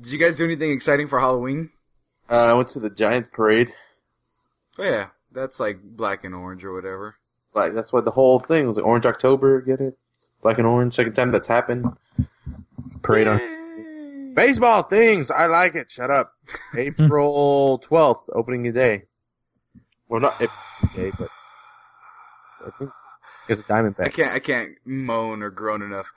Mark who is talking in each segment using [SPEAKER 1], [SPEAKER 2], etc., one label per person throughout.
[SPEAKER 1] Did you guys do anything exciting for Halloween?
[SPEAKER 2] Uh, I went to the Giants parade.
[SPEAKER 1] Oh yeah, that's like black and orange or whatever.
[SPEAKER 2] Like that's what the whole thing was. Like Orange October, get it? Black and orange. Second time that's happened. Parade on
[SPEAKER 1] Yay.
[SPEAKER 2] baseball things. I like it. Shut up. April twelfth, opening day. Well, not April day, but I think it's Diamondbacks.
[SPEAKER 1] I can't. I can't moan or groan enough.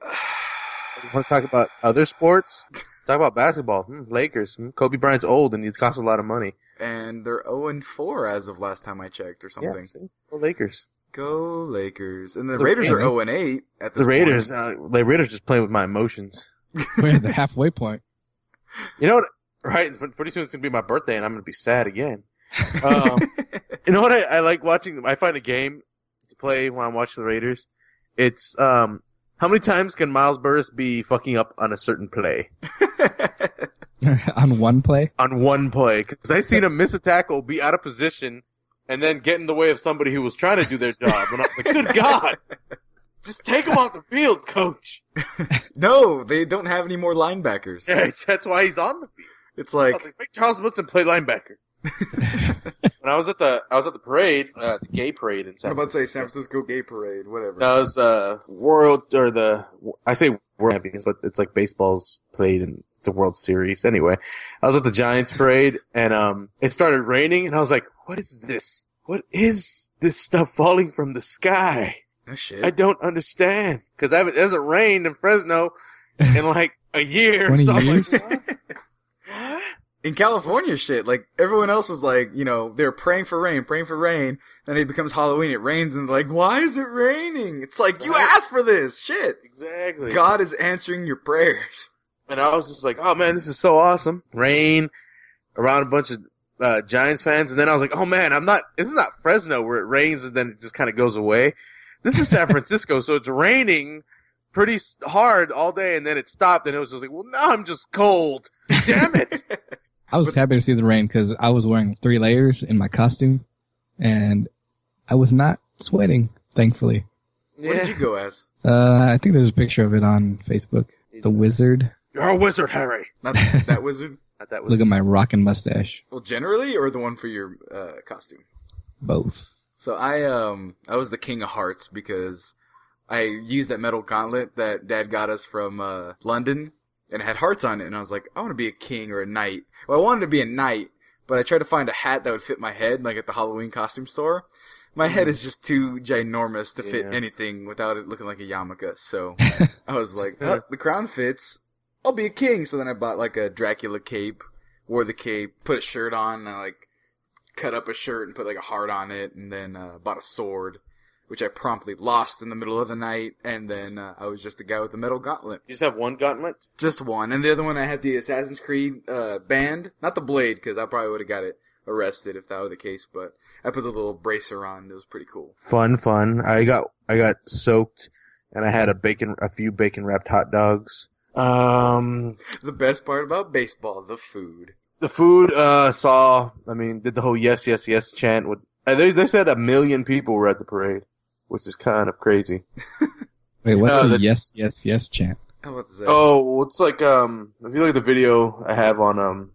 [SPEAKER 2] Want to talk about other sports? Talk about basketball. Hmm, Lakers. Hmm, Kobe Bryant's old and he costs a lot of money.
[SPEAKER 1] And they're zero and four as of last time I checked, or something.
[SPEAKER 2] Yeah, see? Go Lakers.
[SPEAKER 1] Go Lakers! And the,
[SPEAKER 2] The
[SPEAKER 1] Raiders are
[SPEAKER 2] Raiders.
[SPEAKER 1] zero and eight at this
[SPEAKER 2] The Raiders.
[SPEAKER 1] Point.
[SPEAKER 2] Uh, the Raiders just playing with my emotions.
[SPEAKER 3] We're at the halfway point.
[SPEAKER 2] You know what? Right. Pretty soon it's gonna be my birthday and I'm gonna be sad again. Um, You know what I, I like watching? I find a game to play when I watch the Raiders. It's um, how many times can Miles Burris be fucking up on a certain play
[SPEAKER 3] on one play.
[SPEAKER 2] on one play? Because I seen him miss a tackle, be out of position, and then get in the way of somebody who was trying to do their job. And I was like, good god, just take him off the field, coach.
[SPEAKER 1] no, they don't have any more linebackers.
[SPEAKER 2] Yeah, that's why he's on the field.
[SPEAKER 1] It's
[SPEAKER 2] I was
[SPEAKER 1] like
[SPEAKER 2] like, make Charles Woodson play linebacker. when I was at the I was at the parade, uh, the gay parade in
[SPEAKER 1] I'm
[SPEAKER 2] San
[SPEAKER 1] about to say
[SPEAKER 2] Francisco.
[SPEAKER 1] San Francisco Gay Parade, whatever.
[SPEAKER 2] That was uh world or the I say world champions, but it's like baseball's played and it's a World Series. Anyway, I was at the Giants parade and um it started raining and I was like, what is this? What is this stuff falling from the sky?
[SPEAKER 1] no shit.
[SPEAKER 2] I don't understand because I haven't it hasn't rained in Fresno in like a year.
[SPEAKER 3] 20
[SPEAKER 2] so I'm
[SPEAKER 3] years?
[SPEAKER 2] Like, what? What?
[SPEAKER 1] in California shit, like everyone else was like, you know, they're praying for rain, praying for rain. Then it becomes Halloween, it rains, and they're like, why is it raining? It's like you
[SPEAKER 2] Right.
[SPEAKER 1] asked for this shit.
[SPEAKER 2] Exactly.
[SPEAKER 1] God is answering your prayers.
[SPEAKER 2] And I was just like, oh man, this is so awesome. Rain around a bunch of uh, Giants fans. And then I was like, oh man, I'm not, this is not Fresno where it rains and then it just kind of goes away. This is San Francisco. so it's raining pretty s- hard all day. And then it stopped and it was just like, well, now I'm just cold. Damn it.
[SPEAKER 3] I was happy to see the rain because I was wearing three layers in my costume, and I was not sweating, thankfully.
[SPEAKER 1] What did you go as?
[SPEAKER 3] Uh, I think there's a picture of it on Facebook. The Wizard.
[SPEAKER 2] You're a wizard, Harry.
[SPEAKER 1] Not that wizard.
[SPEAKER 2] Not that
[SPEAKER 3] Look
[SPEAKER 2] wizard.
[SPEAKER 3] at my rockin' mustache.
[SPEAKER 1] Well, generally, or the one for your uh, costume.
[SPEAKER 3] Both.
[SPEAKER 1] So I um I was the king of hearts because I used that metal gauntlet that Dad got us from uh, London and it had hearts on it, and I was like, I want to be a king or a knight. Well, I wanted to be a knight, but I tried to find a hat that would fit my head, like at the Halloween costume store. My head is just too ginormous to fit
[SPEAKER 2] Yeah.
[SPEAKER 1] anything without it looking like a yarmulke. So I was like, oh, the crown fits. I'll be a king. So then I bought like a Dracula cape, wore the cape, put a shirt on, and I like cut up a shirt and put like a heart on it, and then uh, bought a sword, which I promptly lost in the middle of the night. And then uh, I was just a guy with a metal gauntlet,
[SPEAKER 2] You just have one gauntlet?
[SPEAKER 1] just one. And the other one I had the Assassin's Creed uh, band, not the blade, because I probably would have got it arrested if that were the case. But I put the little bracer on. It was pretty cool.
[SPEAKER 2] Fun, fun. I got, I got soaked and I had a bacon, a few bacon wrapped hot dogs. Um,
[SPEAKER 1] The best part about baseball, the food.
[SPEAKER 2] the food uh saw i mean did the whole yes yes yes chant with uh, they, they said a million people were at the parade which is kind of crazy
[SPEAKER 3] Wait, what's
[SPEAKER 2] Uh,
[SPEAKER 3] the
[SPEAKER 2] the-
[SPEAKER 3] yes, yes, yes chant?
[SPEAKER 1] How about that?
[SPEAKER 2] oh it's like um if you look at the video i have on um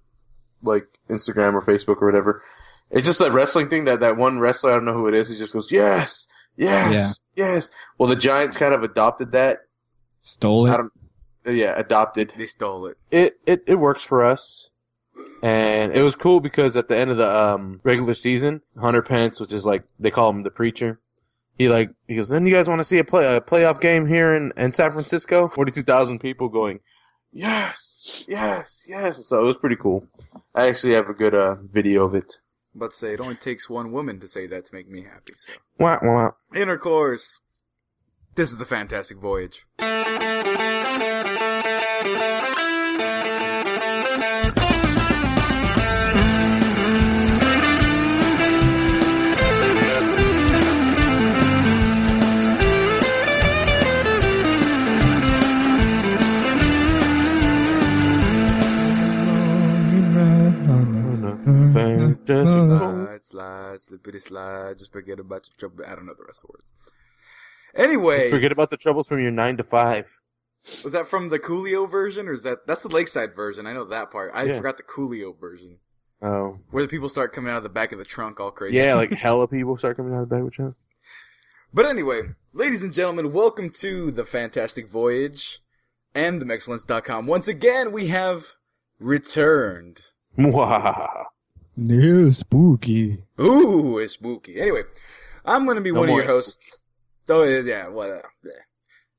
[SPEAKER 2] like instagram or facebook or whatever it's just that wrestling thing that that one wrestler i don't know who it is he just goes yes yes yes well the giants kind of adopted that
[SPEAKER 3] Stole
[SPEAKER 2] I
[SPEAKER 3] it.
[SPEAKER 2] don't- Uh, yeah adopted
[SPEAKER 1] They stole it.
[SPEAKER 2] it, it it works for us. And it was cool because at the end of the um, regular season, Hunter Pence, which is like they call him the preacher, he like he goes, "Then you guys want to see a play a playoff game here in, in San Francisco?" Forty two thousand people going, "Yes, yes, yes!" So it was pretty cool. I actually have a good uh, video of it.
[SPEAKER 1] But say it only takes one woman to say that to make me happy. So
[SPEAKER 2] Wah, wah.
[SPEAKER 1] intercourse. This is the Fantastic Voyage.
[SPEAKER 2] Fantastic.
[SPEAKER 1] Slide, slide, slippity slide. Just forget about your trouble. I don't know the rest of the words. Anyway,
[SPEAKER 2] Forget about the troubles from your nine to five.
[SPEAKER 1] Was that from the Coolio version, or is that that's the Lakeside version? I know that part. I
[SPEAKER 2] Yeah.
[SPEAKER 1] forgot the Coolio version,
[SPEAKER 2] Oh.
[SPEAKER 1] where the people start coming out of the back of the trunk all crazy.
[SPEAKER 2] Yeah, like hella people start coming out of the back of the trunk.
[SPEAKER 1] But anyway, ladies and gentlemen, welcome to the Fantastic Voyage and TheMexcellence.com. Once again, we have returned.
[SPEAKER 2] Mwahaha.
[SPEAKER 3] No, spooky.
[SPEAKER 1] Ooh, it's spooky. Anyway, I'm gonna be
[SPEAKER 2] No
[SPEAKER 1] one of
[SPEAKER 2] more
[SPEAKER 1] your hosts. Oh yeah, yeah, what? uh, yeah.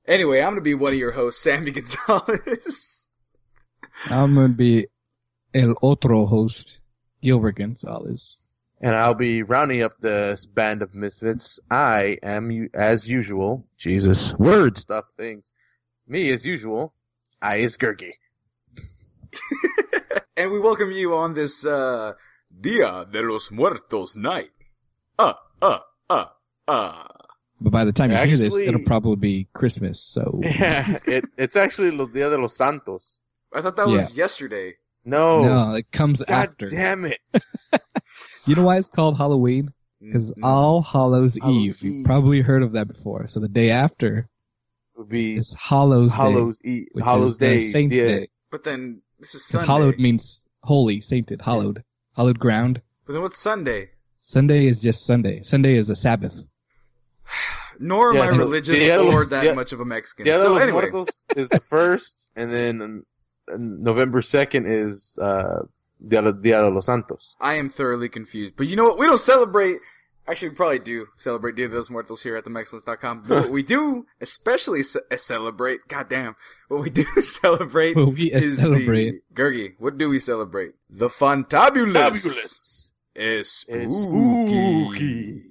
[SPEAKER 1] Anyway, I'm gonna be one of your hosts, Sammy Gonzalez.
[SPEAKER 3] I'm gonna be el otro host, Gilbert Gonzalez.
[SPEAKER 2] And I'll be rounding up this band of misfits. I am, u- as usual, Jesus, word stuff things. Me, as usual, I is Gurgi.
[SPEAKER 1] and we welcome you on this uh Dia de los Muertos night. Uh, uh, uh, uh.
[SPEAKER 3] But by the time you hear this,
[SPEAKER 2] Actually-
[SPEAKER 3] it'll probably be Christmas. So
[SPEAKER 2] Yeah, it, it's actually Los Dia de los Santos.
[SPEAKER 1] I thought that was yesterday.
[SPEAKER 2] No.
[SPEAKER 3] no, it comes
[SPEAKER 2] Oh, God
[SPEAKER 3] after.
[SPEAKER 2] damn it.
[SPEAKER 3] You know why it's called Halloween? Because
[SPEAKER 1] Mm,
[SPEAKER 3] All Hallows
[SPEAKER 2] Hallows
[SPEAKER 3] Eve.
[SPEAKER 2] Eve.
[SPEAKER 3] You've probably heard of that before. So the day after
[SPEAKER 2] would be
[SPEAKER 3] is Hallows Day,
[SPEAKER 2] Hollows E
[SPEAKER 3] which
[SPEAKER 2] Hollows
[SPEAKER 3] is the
[SPEAKER 2] Day.
[SPEAKER 3] Saints
[SPEAKER 2] yeah.
[SPEAKER 3] Day.
[SPEAKER 1] but then this is
[SPEAKER 3] 'Cause
[SPEAKER 1] Sunday.
[SPEAKER 3] Hallowed means holy, sainted, hallowed, hallowed ground.
[SPEAKER 1] But then what's Sunday?
[SPEAKER 3] Sunday is just Sunday. Sunday is a Sabbath.
[SPEAKER 1] Nor am
[SPEAKER 2] Yeah,
[SPEAKER 1] I
[SPEAKER 2] so
[SPEAKER 1] religious
[SPEAKER 2] Dia de los-
[SPEAKER 1] or that
[SPEAKER 2] Dia-
[SPEAKER 1] much of a Mexican.
[SPEAKER 2] The other
[SPEAKER 1] so
[SPEAKER 2] was
[SPEAKER 1] anyway,
[SPEAKER 2] Muertos is the first, and then um, November second is uh, Dia de Dia de los Santos.
[SPEAKER 1] I am thoroughly confused. But you know what? We don't celebrate. Actually, we probably do celebrate Dia de los Muertos here at themexcellence.com. But what we do, especially ce- uh, celebrate, goddamn, what we do celebrate
[SPEAKER 3] Well, we
[SPEAKER 1] is
[SPEAKER 3] celebrate.
[SPEAKER 1] The, Gergi, what do we celebrate? The Fantabulous.
[SPEAKER 2] Fabulous.
[SPEAKER 1] Is spooky.
[SPEAKER 2] Is spooky.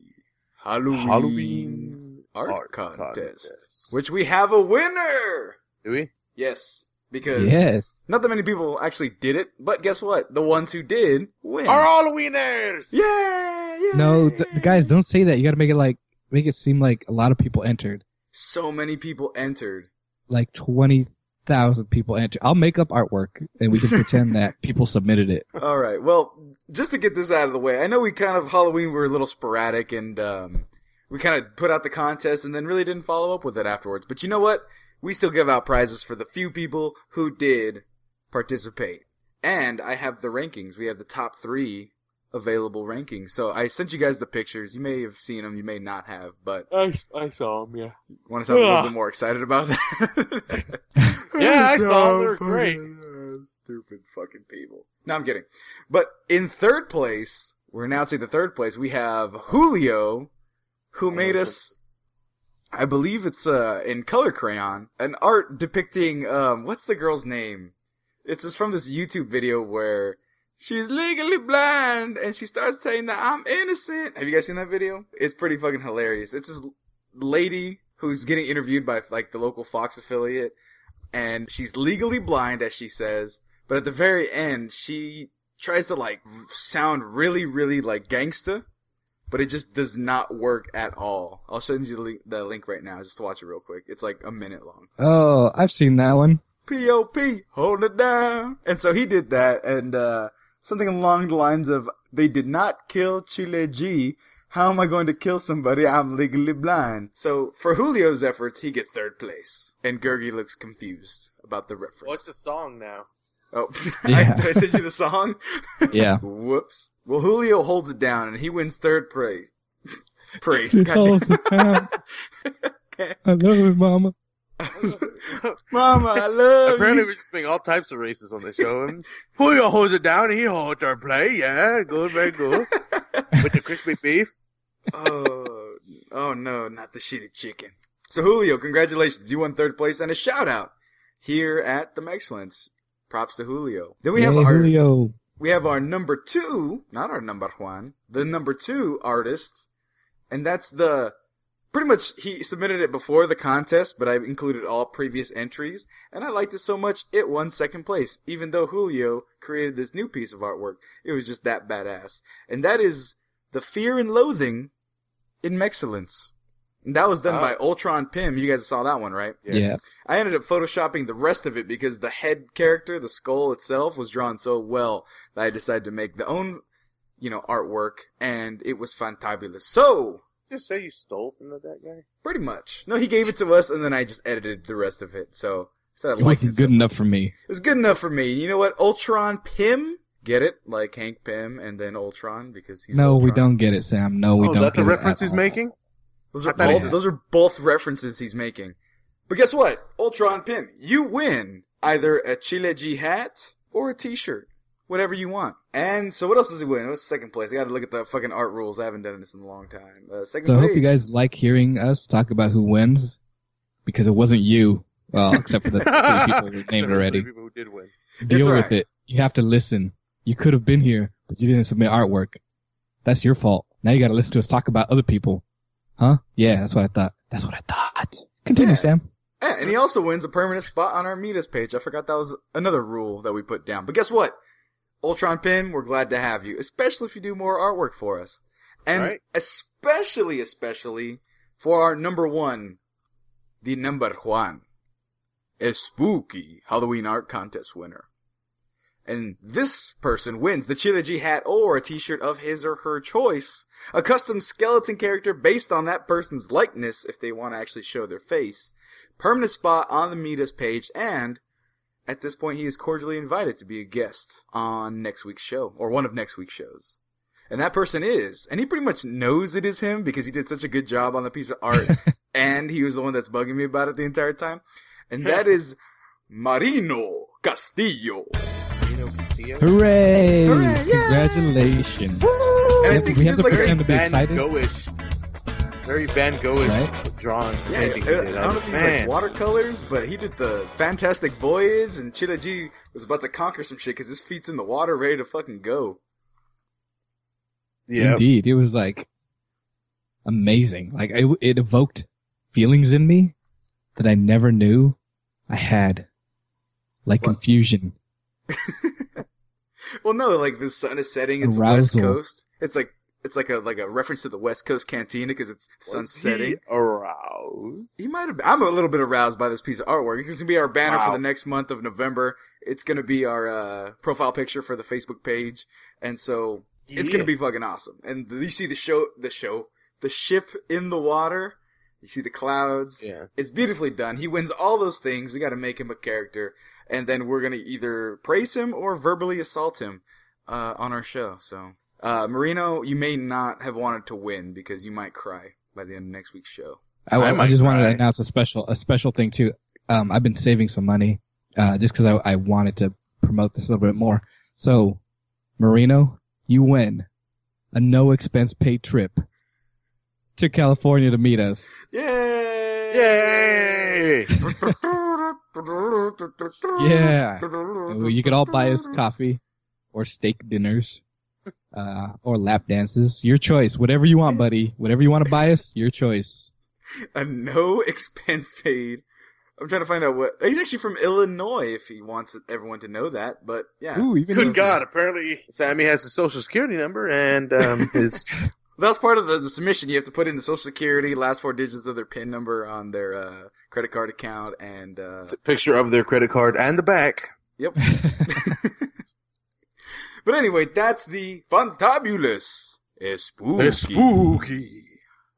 [SPEAKER 1] Halloween,
[SPEAKER 2] Halloween
[SPEAKER 1] art,
[SPEAKER 2] art
[SPEAKER 1] contest,
[SPEAKER 2] contest.
[SPEAKER 1] Which we have a winner!
[SPEAKER 2] Do we?
[SPEAKER 1] Yes. Because
[SPEAKER 3] Yes.
[SPEAKER 1] not that many people actually did it, but guess what? The ones who did win.
[SPEAKER 2] Are all winners?
[SPEAKER 1] Yeah, yeah.
[SPEAKER 3] No, th- guys, don't say that. You got to make it like make it seem like a lot of people entered,
[SPEAKER 1] So many people entered.
[SPEAKER 3] like twenty thousand people entered. I'll make up artwork and we can pretend that people submitted it.
[SPEAKER 1] All right. Well, just to get this out of the way, I know we kind of Halloween were a little sporadic and um, we kind of put out the contest and then really didn't follow up with it afterwards. But you know what? We still give out prizes for the few people who did participate. And I have the rankings. We have the top three available rankings. So I sent you guys the pictures. You may have seen them. You may not have, but
[SPEAKER 2] I, I saw them. Yeah.
[SPEAKER 1] want to sound a little
[SPEAKER 2] Ugh.
[SPEAKER 1] bit more excited about that.
[SPEAKER 2] Yeah, I saw 'em. They were great.
[SPEAKER 1] fucking, uh, Stupid fucking people. No, I'm kidding. But in third place, we're announcing the third place. We have Julio, who made us. I believe it's uh in color crayon, an art depicting um what's the girl's name? It's just from this YouTube video where she's legally blind and she starts saying that I'm innocent. Have you guys seen that video? It's pretty fucking hilarious. It's this lady who's getting interviewed by like the local Fox affiliate and she's legally blind as she says, but at the very end she tries to like sound really really like gangsta, but it just does not work at all. I'll send you the link, the link right now just to watch it real quick. It's like a minute long.
[SPEAKER 3] Oh, I've seen that one.
[SPEAKER 1] P.O.P. Hold it down. And so he did that, and uh, something along the lines of, "They did not kill Chile G. How am I going to kill somebody? I'm legally blind." So for Julio's efforts, he gets third place, and Gergi looks confused about the reference.
[SPEAKER 2] What's the song now?
[SPEAKER 1] Oh,
[SPEAKER 3] Yeah.
[SPEAKER 1] I, did I send you the song?
[SPEAKER 3] Yeah.
[SPEAKER 1] Whoops. Well, Julio holds it down, and he wins third place. Praise. God.
[SPEAKER 3] Calls the town. I love you, Mama.
[SPEAKER 1] Mama, I love
[SPEAKER 2] Apparently,
[SPEAKER 1] you.
[SPEAKER 2] we're just being all types of racists on the show. And Julio holds it down. He holds our play. Yeah, good, very good. With the crispy beef.
[SPEAKER 1] oh, oh no, not the shitty chicken. So Julio, congratulations. You won third place and a shout out here at the Excellence. Props to Julio. Then we have
[SPEAKER 3] Yay,
[SPEAKER 1] our
[SPEAKER 3] Julio.
[SPEAKER 1] we have our number two, not our number one, the number two artist, and that's the pretty much he submitted it before the contest, but I've included all previous entries, and I liked it so much it won second place, even though Julio created this new piece of artwork. It was just that badass, and that is the fear and loathing in Mexcellence. And that was done
[SPEAKER 2] Wow.
[SPEAKER 1] by Ultron Pym. You guys saw that one, right?
[SPEAKER 3] Yeah.
[SPEAKER 1] I ended up photoshopping the rest of it because the head character, the skull itself, was drawn so well that I decided to make the own, you know, artwork, and it was fantabulous. So
[SPEAKER 2] Just say you stole from that guy.
[SPEAKER 1] pretty much, no, he gave it to us, and then I just edited the rest of it. So Said I
[SPEAKER 3] It
[SPEAKER 1] liked
[SPEAKER 3] wasn't
[SPEAKER 1] it.
[SPEAKER 3] good
[SPEAKER 1] so-
[SPEAKER 3] enough for me.
[SPEAKER 1] it was good enough for me. You know what? Ultron Pym, get it? Like Hank Pym, and then Ultron because he's
[SPEAKER 3] no, we
[SPEAKER 1] Ultron.
[SPEAKER 3] don't get it, Sam. No, we
[SPEAKER 2] oh,
[SPEAKER 3] don't.
[SPEAKER 2] is that the
[SPEAKER 3] get it at
[SPEAKER 2] reference he's
[SPEAKER 3] all.
[SPEAKER 2] making?
[SPEAKER 1] Those
[SPEAKER 2] I
[SPEAKER 1] are
[SPEAKER 2] thought
[SPEAKER 1] both,
[SPEAKER 2] it was-
[SPEAKER 1] those are both references he's making. But guess what? Ultron Pym, you win either a Chile G hat or a T-shirt, whatever you want. And so, what else does he win? What's second place? I got to look at the fucking art rules. I haven't done this in a long time. Uh, second
[SPEAKER 3] So I
[SPEAKER 1] place.
[SPEAKER 3] hope you guys like hearing us talk about who wins, because it wasn't you. Well, except for the three people we
[SPEAKER 2] Except for
[SPEAKER 3] named
[SPEAKER 2] the
[SPEAKER 3] already.
[SPEAKER 2] people who did win.
[SPEAKER 3] Deal
[SPEAKER 1] all
[SPEAKER 3] with
[SPEAKER 1] right.
[SPEAKER 3] it. You have to listen. You could have been here, but you didn't submit artwork. That's your fault. Now you got to listen to us talk about other people, huh? Yeah, that's what I thought. That's what I thought. Continue,
[SPEAKER 1] Yeah.
[SPEAKER 3] Sam.
[SPEAKER 1] Yeah, and he also wins a permanent spot on our Meet Us page. I forgot that was another rule that we put down. But guess what? Ultron Pym, we're glad to have you, especially if you do more artwork for us. And
[SPEAKER 2] Right.
[SPEAKER 1] especially, especially for our number one, the number one, a spooky Halloween art contest winner. And this person wins the Chilogy hat or a t-shirt of his or her choice, a custom skeleton character based on that person's likeness if they want to actually show their face, permanent spot on the Meet Us page, and at this point he is cordially invited to be a guest on next week's show, or one of next week's shows. And that person is, and he pretty much knows it is him because he did such a good job on the piece of art, and he was the one that's bugging me about it the entire time. And that is Marino Castillo.
[SPEAKER 2] You know, Castillo?
[SPEAKER 3] Hooray!
[SPEAKER 1] Hooray, yay! And
[SPEAKER 3] Congratulations.
[SPEAKER 1] I
[SPEAKER 3] have to-
[SPEAKER 1] think
[SPEAKER 3] we
[SPEAKER 1] he
[SPEAKER 3] have
[SPEAKER 1] did
[SPEAKER 3] to
[SPEAKER 1] like a
[SPEAKER 2] Very
[SPEAKER 3] pretend- Pretend to be
[SPEAKER 2] Van
[SPEAKER 3] excited?
[SPEAKER 2] Gogh-ish. Very Van Gogh-ish drawing.
[SPEAKER 1] Yeah,
[SPEAKER 2] painting he
[SPEAKER 1] I, I
[SPEAKER 2] did.
[SPEAKER 1] don't know if he's
[SPEAKER 2] Man.
[SPEAKER 1] like watercolors, but he did the Fantastic Voyage, and Chilaji was about to conquer some shit because his feet's in the water, ready to fucking go.
[SPEAKER 2] yeah.
[SPEAKER 3] Indeed, it was like amazing. Like it, it evoked feelings in me that I never knew I had, like
[SPEAKER 1] What?
[SPEAKER 3] confusion.
[SPEAKER 1] Well, no, like the sun is setting. It's West
[SPEAKER 3] Arousal.
[SPEAKER 1] Coast. It's like it's like a like a reference to the West Coast Cantina because it's the sun
[SPEAKER 2] Was he
[SPEAKER 1] setting.
[SPEAKER 2] aroused?
[SPEAKER 1] He might have. I'm a little bit aroused by this piece of artwork. It's gonna be our banner for
[SPEAKER 2] Wow.
[SPEAKER 1] the next month of November. It's gonna be our uh, profile picture for the Facebook page, and so it's gonna
[SPEAKER 2] Yeah.
[SPEAKER 1] be fucking awesome. And you see the show, the show, the ship in the water. You see the clouds.
[SPEAKER 2] Yeah.
[SPEAKER 1] It's beautifully done. He wins all those things. We got to make him a character, and then we're gonna either praise him or verbally assault him uh, on our show. So, uh, Marino, you may not have wanted to win because you might cry by the end of next week's show.
[SPEAKER 3] I,
[SPEAKER 2] I
[SPEAKER 3] I
[SPEAKER 2] might
[SPEAKER 3] just wanted to
[SPEAKER 2] cry.
[SPEAKER 3] announce a special a special thing too. Um, I've been saving some money uh, just because I, I wanted to promote this a little bit more. So, Marino, you win a no expense paid trip to California to meet us.
[SPEAKER 1] Yay!
[SPEAKER 2] Yay!
[SPEAKER 3] Yeah. Well, You could all buy us coffee or steak dinners uh, or lap dances. Your choice. Whatever you want, buddy. Whatever you want to buy us, your choice.
[SPEAKER 1] a no expense paid. I'm trying to find out what he's actually from Illinois. If he wants everyone to know that, but yeah,
[SPEAKER 3] Ooh, even
[SPEAKER 2] Good God! Apparently, Sammy has his social security number and um, his
[SPEAKER 1] that's part of the, the submission. You have to put in the social security, last four digits of their PIN number on their uh, credit card account, and uh,
[SPEAKER 2] picture of their credit card and the back.
[SPEAKER 1] yep. but anyway, that's the fantabulous, eh, spooky,
[SPEAKER 2] It's spooky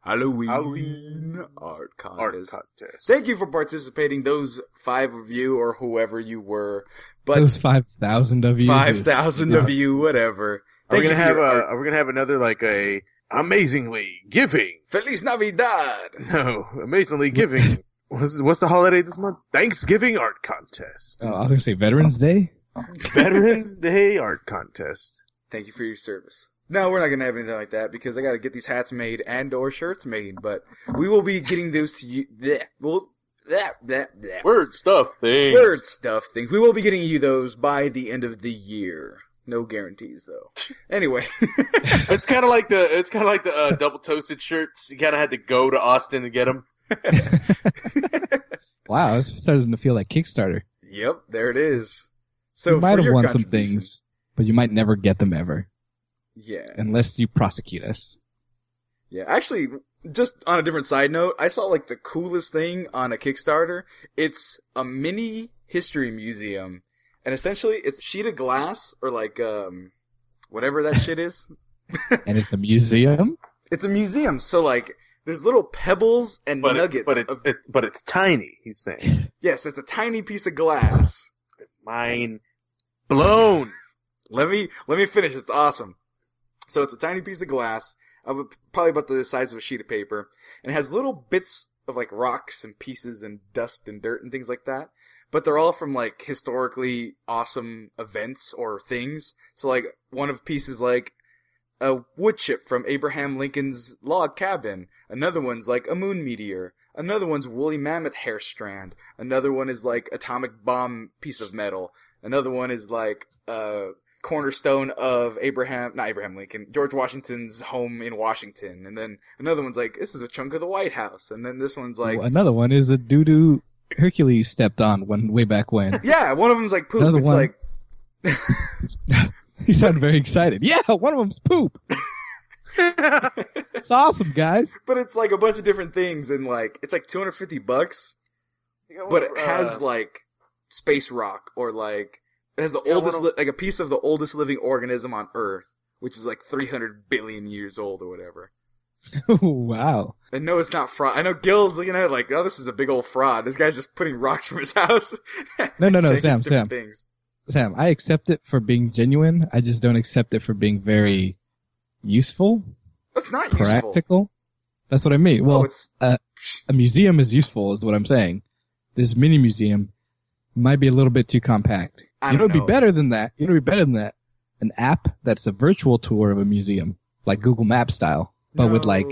[SPEAKER 1] Halloween,
[SPEAKER 2] Halloween
[SPEAKER 1] art
[SPEAKER 2] art
[SPEAKER 1] contest.
[SPEAKER 2] contest.
[SPEAKER 1] Thank you for participating, those five of you or whoever you were. But
[SPEAKER 3] Those 5,000 of you.
[SPEAKER 1] five thousand of you, whatever.
[SPEAKER 2] Are we
[SPEAKER 1] Thank
[SPEAKER 2] gonna
[SPEAKER 1] you
[SPEAKER 2] have
[SPEAKER 1] for
[SPEAKER 2] a?
[SPEAKER 1] your art.
[SPEAKER 2] Are we gonna have another like a amazingly giving?
[SPEAKER 1] Feliz Navidad.
[SPEAKER 2] No, amazingly giving. what's what's the holiday this month? Thanksgiving art contest.
[SPEAKER 3] Oh, I was going to say Veterans Day.
[SPEAKER 2] Veterans Day art contest.
[SPEAKER 1] Thank you for your service. No, we're not gonna have anything like that because I gotta get these hats made and or shirts made. But we will be getting those to you. Bleh, well, that that that
[SPEAKER 2] Word stuff things.
[SPEAKER 1] word stuff things. We will be getting you those by the end of the year. No guarantees though. Anyway,
[SPEAKER 2] It's kind of like the it's kind of like the uh, double toasted shirts. You kind of had to go to Austin to get them.
[SPEAKER 3] Wow, it's starting to feel like Kickstarter.
[SPEAKER 1] yep, there it is. So
[SPEAKER 3] you
[SPEAKER 1] for
[SPEAKER 3] might have
[SPEAKER 1] your
[SPEAKER 3] won some
[SPEAKER 1] contribution-
[SPEAKER 3] things, but you might never get them ever
[SPEAKER 1] Yeah.
[SPEAKER 3] unless you prosecute us.
[SPEAKER 1] Yeah, actually, just on a different side note, I saw like the coolest thing on a Kickstarter. It's a mini history museum, and essentially, it's a sheet of glass or like um, whatever that shit is.
[SPEAKER 3] And it's a museum?
[SPEAKER 1] It's a museum, so like There's little pebbles and
[SPEAKER 2] But, it-
[SPEAKER 1] nuggets.
[SPEAKER 2] but it's
[SPEAKER 1] of,
[SPEAKER 2] it, but it's tiny. He's saying
[SPEAKER 1] yes, it's a tiny piece of glass.
[SPEAKER 2] mine blown.
[SPEAKER 1] Let me let me finish. It's awesome. So it's a tiny piece of glass, of a, probably about the size of a sheet of paper, and it has little bits of like rocks and pieces and dust and dirt and things like that. But they're all from like historically awesome events or things. So like one of pieces like a wood chip from Abraham Lincoln's log cabin. Another one's like a moon meteor. Another one's woolly mammoth hair strand. Another one is like atomic bomb piece of metal. Another one is like uh cornerstone of Abraham, not Abraham Lincoln, George Washington's home in Washington. And then another one's like, this is a chunk of the White House. And then this one's like,
[SPEAKER 3] Another one is a doo doo Hercules stepped on when way back when.
[SPEAKER 1] yeah, one of them's like poop.
[SPEAKER 3] Another
[SPEAKER 1] it's
[SPEAKER 3] one.
[SPEAKER 1] like,
[SPEAKER 3] he sounded very excited. Yeah, one of them's poop. It's awesome, guys.
[SPEAKER 1] but it's like a bunch of different things. And like, it's like 250 bucks, but
[SPEAKER 2] uh,
[SPEAKER 1] it has like space rock or like, it has the
[SPEAKER 2] Yeah,
[SPEAKER 1] oldest,
[SPEAKER 2] one
[SPEAKER 1] li- like a piece of the oldest living organism on earth, which is like 300 billion years old or whatever.
[SPEAKER 3] wow.
[SPEAKER 1] And no, it's not fraud. I know Gil's looking at it like, oh, this is a big old fraud. This guy's just putting rocks from his house.
[SPEAKER 3] No, no, no,
[SPEAKER 1] Saying
[SPEAKER 3] Sam,
[SPEAKER 1] it's different
[SPEAKER 3] Sam.
[SPEAKER 1] Things.
[SPEAKER 3] Sam, I accept it for being genuine. I just don't accept it for being very useful,
[SPEAKER 1] Oh, It's not useful.
[SPEAKER 3] practical. That's what I mean. Well,
[SPEAKER 1] oh, it's
[SPEAKER 3] a museum is useful, is what I'm saying. This mini museum might be a little bit too compact.
[SPEAKER 1] I
[SPEAKER 3] you know,
[SPEAKER 1] don't
[SPEAKER 3] it'd
[SPEAKER 1] know.
[SPEAKER 3] be better than that. You know, it'd be better than that. An app that's a virtual tour of a museum, like Google Map style, but with
[SPEAKER 1] no,
[SPEAKER 3] like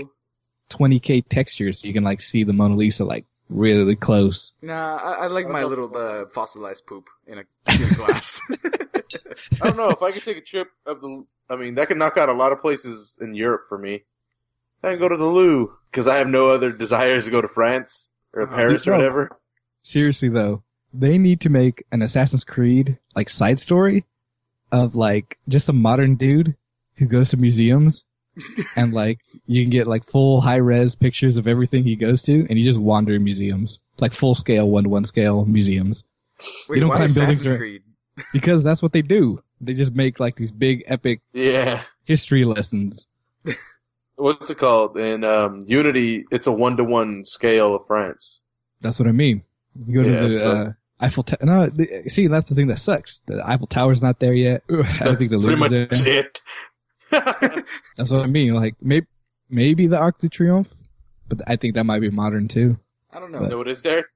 [SPEAKER 3] 20k textures, so you can like see the Mona Lisa like really close.
[SPEAKER 1] Nah, I, I like my little uh, fossilized poop in a, in a glass.
[SPEAKER 2] I don't know if I could take a trip up the. I mean, that could knock out a lot of places in Europe for me. I can go to the Lou because I have no other desires to go to France or
[SPEAKER 1] Uh-huh.
[SPEAKER 2] Paris or
[SPEAKER 3] No.
[SPEAKER 2] whatever.
[SPEAKER 3] Seriously though, they need to make an Assassin's Creed like side story of like just a modern dude who goes to museums and like you can get like full high res pictures of everything he goes to and you just wander in museums. Like full scale, one to one scale museums.
[SPEAKER 1] Wait,
[SPEAKER 3] You don't
[SPEAKER 1] why
[SPEAKER 3] climb buildings
[SPEAKER 1] Assassin's
[SPEAKER 3] or-
[SPEAKER 1] Creed?
[SPEAKER 3] Because that's what they do. They just make like these big epic
[SPEAKER 2] Yeah.
[SPEAKER 3] history lessons.
[SPEAKER 2] What's it called? In um, Unity, it's a one to one scale of France.
[SPEAKER 3] That's what I mean. You go
[SPEAKER 2] Yeah,
[SPEAKER 3] to the
[SPEAKER 2] so-
[SPEAKER 3] uh, Eiffel Tower. No, the, see, that's the thing that sucks. The Eiffel Tower's not there yet. I don't
[SPEAKER 2] That's
[SPEAKER 3] think the
[SPEAKER 2] pretty
[SPEAKER 3] Louvre's
[SPEAKER 2] much
[SPEAKER 3] there.
[SPEAKER 2] it.
[SPEAKER 3] That's what I mean. Like maybe maybe the Arc de Triomphe, but I think that might be modern too.
[SPEAKER 1] I don't
[SPEAKER 2] you
[SPEAKER 1] know.
[SPEAKER 2] know what is there?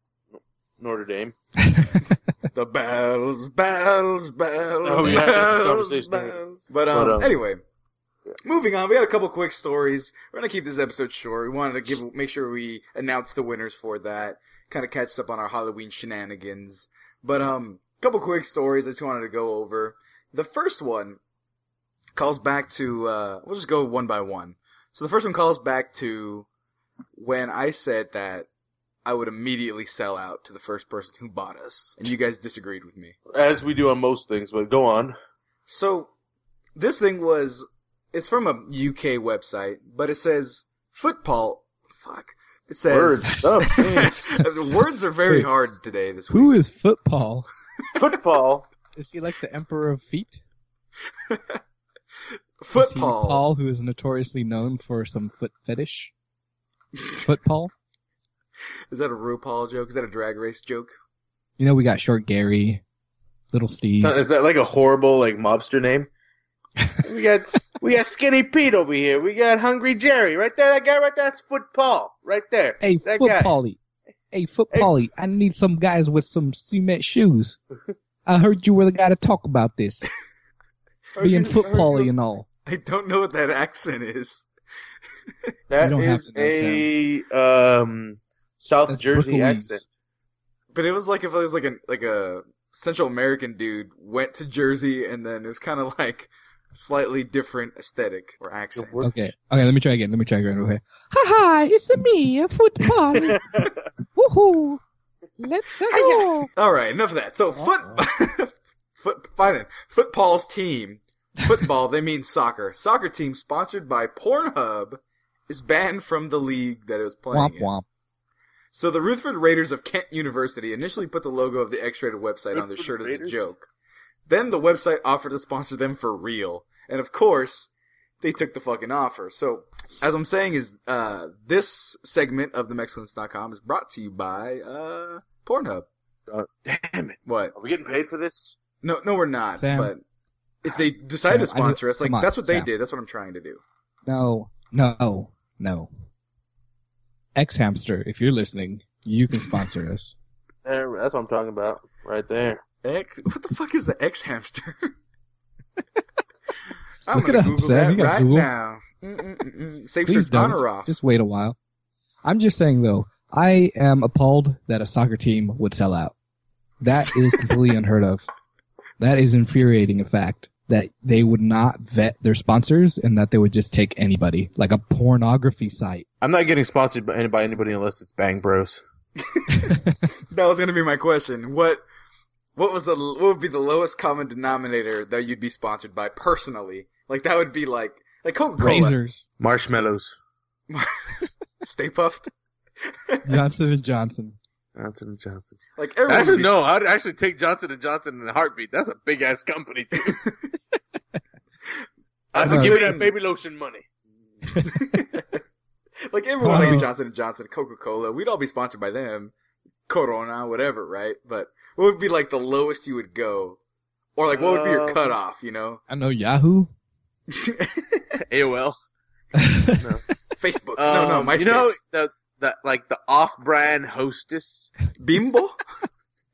[SPEAKER 2] Notre Dame.
[SPEAKER 1] the bells, bells, bells.
[SPEAKER 2] Oh, we had this
[SPEAKER 1] bells,
[SPEAKER 2] conversation.
[SPEAKER 1] bells. But, um,
[SPEAKER 2] But, um,
[SPEAKER 1] anyway, moving on. We had a couple quick stories. We're gonna keep this episode short. We wanted to give make sure we announce the winners for that. Kind of catch up on our Halloween shenanigans. But um, couple quick stories I just wanted to go over. The first one calls back to. Uh, we'll just go one by one. So the first one calls back to when I said that. I would immediately sell out to the first person who bought us, and you guys disagreed with me.
[SPEAKER 2] As we do on most things, but go on.
[SPEAKER 1] So this thing was it's from a UK website, but it says football fuck. It says
[SPEAKER 2] Bird stuff. Oh, man.
[SPEAKER 1] the words are very
[SPEAKER 3] Wait.
[SPEAKER 1] hard today this week.
[SPEAKER 3] Who is football?
[SPEAKER 2] Football.
[SPEAKER 3] Is he like the emperor of feet? Is he
[SPEAKER 1] Football.
[SPEAKER 3] Paul, who is notoriously known for some foot fetish? Football.
[SPEAKER 1] Is that a RuPaul joke? Is that a drag race joke?
[SPEAKER 3] You know we got short Gary, little Steve.
[SPEAKER 2] So- Is that like a horrible like mobster name? we got we got Skinny Pete over here. We got Hungry Jerry right there. That guy right there. That's football right there.
[SPEAKER 3] Hey,
[SPEAKER 2] that
[SPEAKER 3] footbally. Hey, footbally. I need some guys with some cement shoes. I heard you were the guy to talk about this,
[SPEAKER 2] Guy.
[SPEAKER 3] being footbally and all.
[SPEAKER 1] I don't know what that accent is.
[SPEAKER 2] That
[SPEAKER 3] You don't have
[SPEAKER 2] is
[SPEAKER 3] to know,
[SPEAKER 2] a um, South
[SPEAKER 3] That's
[SPEAKER 2] Jersey
[SPEAKER 3] Brooklynese.
[SPEAKER 2] accent.
[SPEAKER 1] But it was like if it was like an like a Central American dude went to Jersey and then it was kind of like slightly different aesthetic or accent.
[SPEAKER 3] Okay. Okay, let me try again. Let me try again. Okay. Ha ha, it's me, a football. Woohoo. Let's go.
[SPEAKER 1] All right, enough of that. So foot, foot, fine. then. Football's team, football. they mean soccer. Soccer team sponsored by Pornhub is banned from the league that it was playing.
[SPEAKER 3] Womp
[SPEAKER 1] in.
[SPEAKER 3] womp.
[SPEAKER 1] So the Rutherford Raiders of Kent University initially put the logo of the X-rated website on their
[SPEAKER 2] Rutherford
[SPEAKER 1] shirt as a
[SPEAKER 2] Raiders?
[SPEAKER 1] joke. Then the website offered to sponsor them for real, and of course, they took the fucking offer. So, as I'm saying, is uh, this segment of themexicans.com is brought to you by uh, Pornhub.
[SPEAKER 2] Damn it!
[SPEAKER 1] What?
[SPEAKER 2] Are we getting paid for this?
[SPEAKER 1] No, no, we're not.
[SPEAKER 3] Sam.
[SPEAKER 1] But if they decide to
[SPEAKER 3] Sam, I knew-
[SPEAKER 1] sponsor us, like
[SPEAKER 3] come on,
[SPEAKER 1] that's what they
[SPEAKER 3] Sam.
[SPEAKER 1] did. That's what I'm trying to do.
[SPEAKER 3] No, no, no. X Hamster, if you're listening, you can sponsor us.
[SPEAKER 2] There, that's what I'm talking about, right there.
[SPEAKER 1] X, what the fuck is the X hamster? I'm
[SPEAKER 3] Look it
[SPEAKER 1] gonna
[SPEAKER 3] up,
[SPEAKER 1] Google
[SPEAKER 3] Sam.
[SPEAKER 1] that
[SPEAKER 3] You gotta
[SPEAKER 1] right
[SPEAKER 3] Google.
[SPEAKER 1] now. Mm-mm-mm-mm. Safe
[SPEAKER 3] Please
[SPEAKER 1] search on
[SPEAKER 3] don't.
[SPEAKER 1] or off?
[SPEAKER 3] Just wait a while. I'm just saying though, I am appalled that a soccer team would sell out. That is completely unheard of. That is infuriating, in fact, that they would not vet their sponsors and that they would just take anybody, like a pornography site.
[SPEAKER 2] I'm not getting sponsored by, any- by anybody unless it's Bang Bros.
[SPEAKER 1] That was gonna be my question. What what was the what would be the lowest common denominator that you'd be sponsored by personally? Like that would be like like Coca Cola,
[SPEAKER 3] Razors,
[SPEAKER 2] Marshmallows.
[SPEAKER 1] Stay Puffed.
[SPEAKER 3] Johnson and Johnson.
[SPEAKER 2] Johnson and Johnson.
[SPEAKER 1] Like everyone. would
[SPEAKER 2] Actually,
[SPEAKER 1] be-
[SPEAKER 2] no. I'd actually take Johnson and Johnson in a heartbeat. That's a big ass company. Too. I would
[SPEAKER 3] Alright.
[SPEAKER 2] give me that baby lotion money.
[SPEAKER 1] like everyone would
[SPEAKER 3] Uh,
[SPEAKER 1] be Johnson and Johnson, Coca Cola. We'd all be sponsored by them, Corona, whatever, right? But what would be like the lowest you would go, or like what would be your
[SPEAKER 2] Uh,
[SPEAKER 1] cutoff? You know,
[SPEAKER 3] I know Yahoo.
[SPEAKER 2] AOL.
[SPEAKER 1] Facebook.
[SPEAKER 2] Um,
[SPEAKER 1] no, no, MySpace.
[SPEAKER 2] You know the the like the off-brand hostess.
[SPEAKER 1] Bimbo.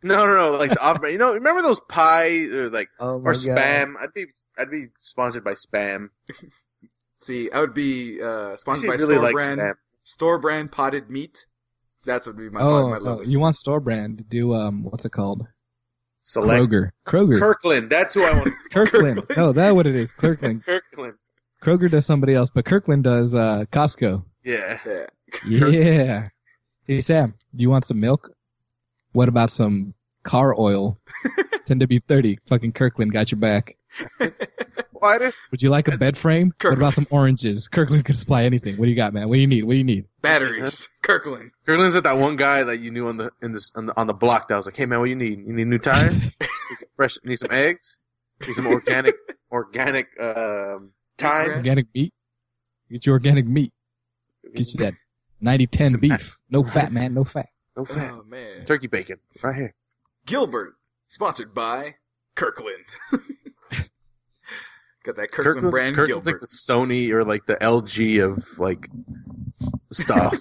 [SPEAKER 2] No, no, no. Like the off-brand. You know, remember those pie or like
[SPEAKER 3] Oh
[SPEAKER 2] or spam? I'd be I'd be sponsored by spam.
[SPEAKER 1] See, I would be uh,
[SPEAKER 2] Actually,
[SPEAKER 1] sponsored by
[SPEAKER 2] I
[SPEAKER 1] store
[SPEAKER 2] like
[SPEAKER 1] brand,
[SPEAKER 2] spam.
[SPEAKER 1] store brand potted meat. That's what would be my,
[SPEAKER 3] Oh,
[SPEAKER 1] my
[SPEAKER 3] oh,
[SPEAKER 1] lowest.
[SPEAKER 3] you want store brand to do um what's it called?
[SPEAKER 2] Select
[SPEAKER 3] Kroger. Kroger.
[SPEAKER 2] Kirkland. That's who I want.
[SPEAKER 3] Kirkland.
[SPEAKER 1] Kirkland.
[SPEAKER 3] No, that what it is. Kirkland.
[SPEAKER 2] Kirkland.
[SPEAKER 3] Kroger does somebody else, but Kirkland does uh Costco.
[SPEAKER 2] Yeah.
[SPEAKER 1] Yeah.
[SPEAKER 3] Yeah. Hey Sam, do you want some milk? What about some car oil? 10W30. Fucking Kirkland got your back.
[SPEAKER 2] Why did
[SPEAKER 3] Would you like a bed frame? What about some oranges? Kirkland can supply anything. What do you got, man? What do you need? What do you need?
[SPEAKER 1] Batteries. Kirkland.
[SPEAKER 2] Kirkland's at that one guy that you knew on the in this on the, on the block that was like, hey man, what you need? You need a new tire? need some fresh? Need some eggs? Need some organic organic um, time?
[SPEAKER 3] Organic meat? Get you organic meat. Get you that 90-10
[SPEAKER 2] Some-
[SPEAKER 3] beef. No fat, man. No fat.
[SPEAKER 2] No fat.
[SPEAKER 1] Oh man.
[SPEAKER 2] Turkey bacon right here.
[SPEAKER 1] Gilbert. Sponsored by Kirkland. Got that Kirkland, brand
[SPEAKER 2] Kirkland's
[SPEAKER 1] Gilbert.
[SPEAKER 2] like the Sony or like the LG of like stuff.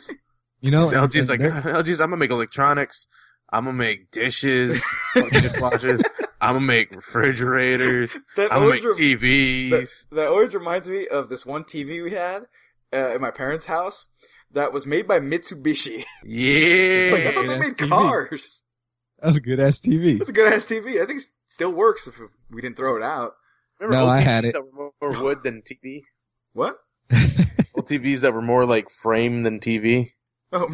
[SPEAKER 3] You know, and-
[SPEAKER 2] LG's like
[SPEAKER 3] and they're-
[SPEAKER 2] LG's. I'm gonna make electronics. I'm gonna make dishes, fucking dishwashers. I'm gonna make refrigerators.
[SPEAKER 1] that
[SPEAKER 2] I'm gonna make
[SPEAKER 1] always re- that,
[SPEAKER 2] TVs.
[SPEAKER 1] that always reminds me of this one TV we had uh, at my parents' house that was made by Mitsubishi.
[SPEAKER 2] Yeah,
[SPEAKER 1] it's like I thought they
[SPEAKER 3] that's
[SPEAKER 1] made
[SPEAKER 3] TV.
[SPEAKER 1] cars.
[SPEAKER 3] That was a good ass TV.
[SPEAKER 1] That's a good ass TV. I think it still works if we didn't throw it out.
[SPEAKER 2] Remember
[SPEAKER 3] No, I
[SPEAKER 2] old
[SPEAKER 3] had
[SPEAKER 2] TVs
[SPEAKER 3] it.
[SPEAKER 2] That were more wood than TV.
[SPEAKER 1] What?
[SPEAKER 2] Old TVs that were more like frame than TV.
[SPEAKER 1] Oh,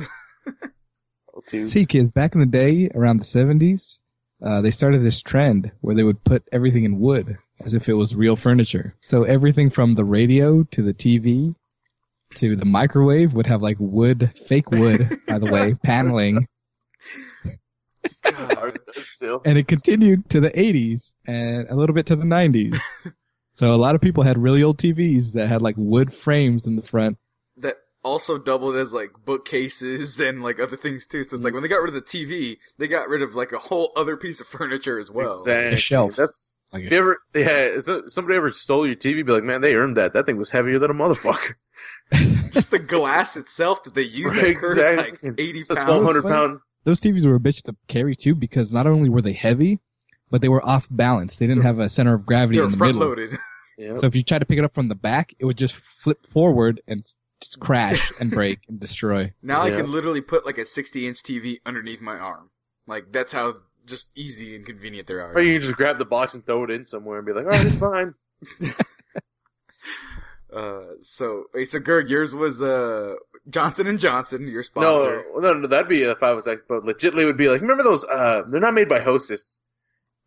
[SPEAKER 2] Old tubes.
[SPEAKER 3] See, kids, back in the day, around the 70s, uh, they started this trend where they would put everything in wood as if it was real furniture. So everything from the radio to the TV to the microwave would have like wood, fake wood, by the way, paneling.
[SPEAKER 1] God.
[SPEAKER 2] Are those still.
[SPEAKER 3] And it continued to the 80s and a little bit to the 90s. So a lot of people had really old TVs that had like wood frames in the front.
[SPEAKER 1] that also doubled as like bookcases and like other things too. So it's like
[SPEAKER 2] Mm.
[SPEAKER 1] when they got rid of the TV, they got rid of like a whole other piece of furniture as well.
[SPEAKER 2] Exactly.
[SPEAKER 3] A shelf.
[SPEAKER 2] That's
[SPEAKER 3] Like
[SPEAKER 2] If you ever, yeah, so- somebody ever stole your TV, be like, man, they earned that. That thing was heavier than a motherfucker.
[SPEAKER 1] Just the glass itself that they used
[SPEAKER 2] Right,
[SPEAKER 1] that curves
[SPEAKER 2] exactly.
[SPEAKER 1] like eighty
[SPEAKER 2] It's a
[SPEAKER 1] pounds.
[SPEAKER 2] 1,200 pound.
[SPEAKER 3] those TVs were a bitch to carry too because not only were they heavy, but they were off balance. They didn't have a center of gravity
[SPEAKER 1] They were
[SPEAKER 3] in the
[SPEAKER 1] front
[SPEAKER 3] middle.
[SPEAKER 1] loaded.
[SPEAKER 2] Yeah.
[SPEAKER 3] So if you tried to pick it up from the back, it would just flip forward and just crash and break and destroy.
[SPEAKER 1] Now I
[SPEAKER 2] Yeah.
[SPEAKER 1] can literally put like a sixty inch TV underneath my arm. Like that's how just easy and convenient they
[SPEAKER 2] Or
[SPEAKER 1] are.
[SPEAKER 2] you can just grab the box and throw it in somewhere and be like, all right, it's fine.
[SPEAKER 1] Uh, so wait, so Gerg, yours was uh Johnson and Johnson, your
[SPEAKER 2] no,
[SPEAKER 1] sponsor.
[SPEAKER 2] no, no, that'd be if I was like, but legitly would be like, remember those, uh, they're not made by Hostess,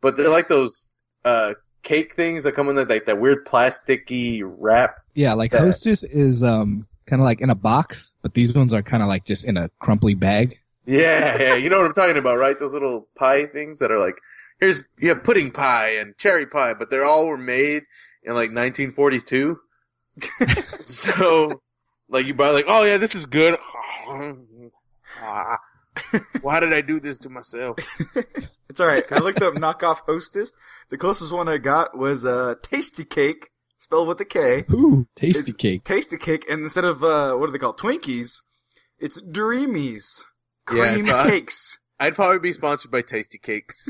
[SPEAKER 2] but they're like those, uh, cake things that come in that, like that weird plasticky wrap.
[SPEAKER 3] Yeah, like
[SPEAKER 2] Yeah.
[SPEAKER 3] Hostess is um kind of like in a box, but these ones are kind of like just in a crumply bag.
[SPEAKER 2] Yeah, yeah, you know what I'm talking about, right? Those little pie things that are like, here's you have pudding pie and cherry pie, but they all were made in like 1942. so, like, you buy, like, oh yeah, this is good. Ah, Why did I do this to myself?
[SPEAKER 1] It's all right. I looked up knockoff hostess. The closest one I got was uh, tasty cake, spelled with a K.
[SPEAKER 3] Ooh, tasty cake.
[SPEAKER 1] Tasty cake, and instead of uh, what do they call Twinkies? It's Dreamies
[SPEAKER 2] Yeah,
[SPEAKER 1] cream
[SPEAKER 2] it's us.
[SPEAKER 1] cakes.
[SPEAKER 2] I'd probably be sponsored by Tasty Cakes.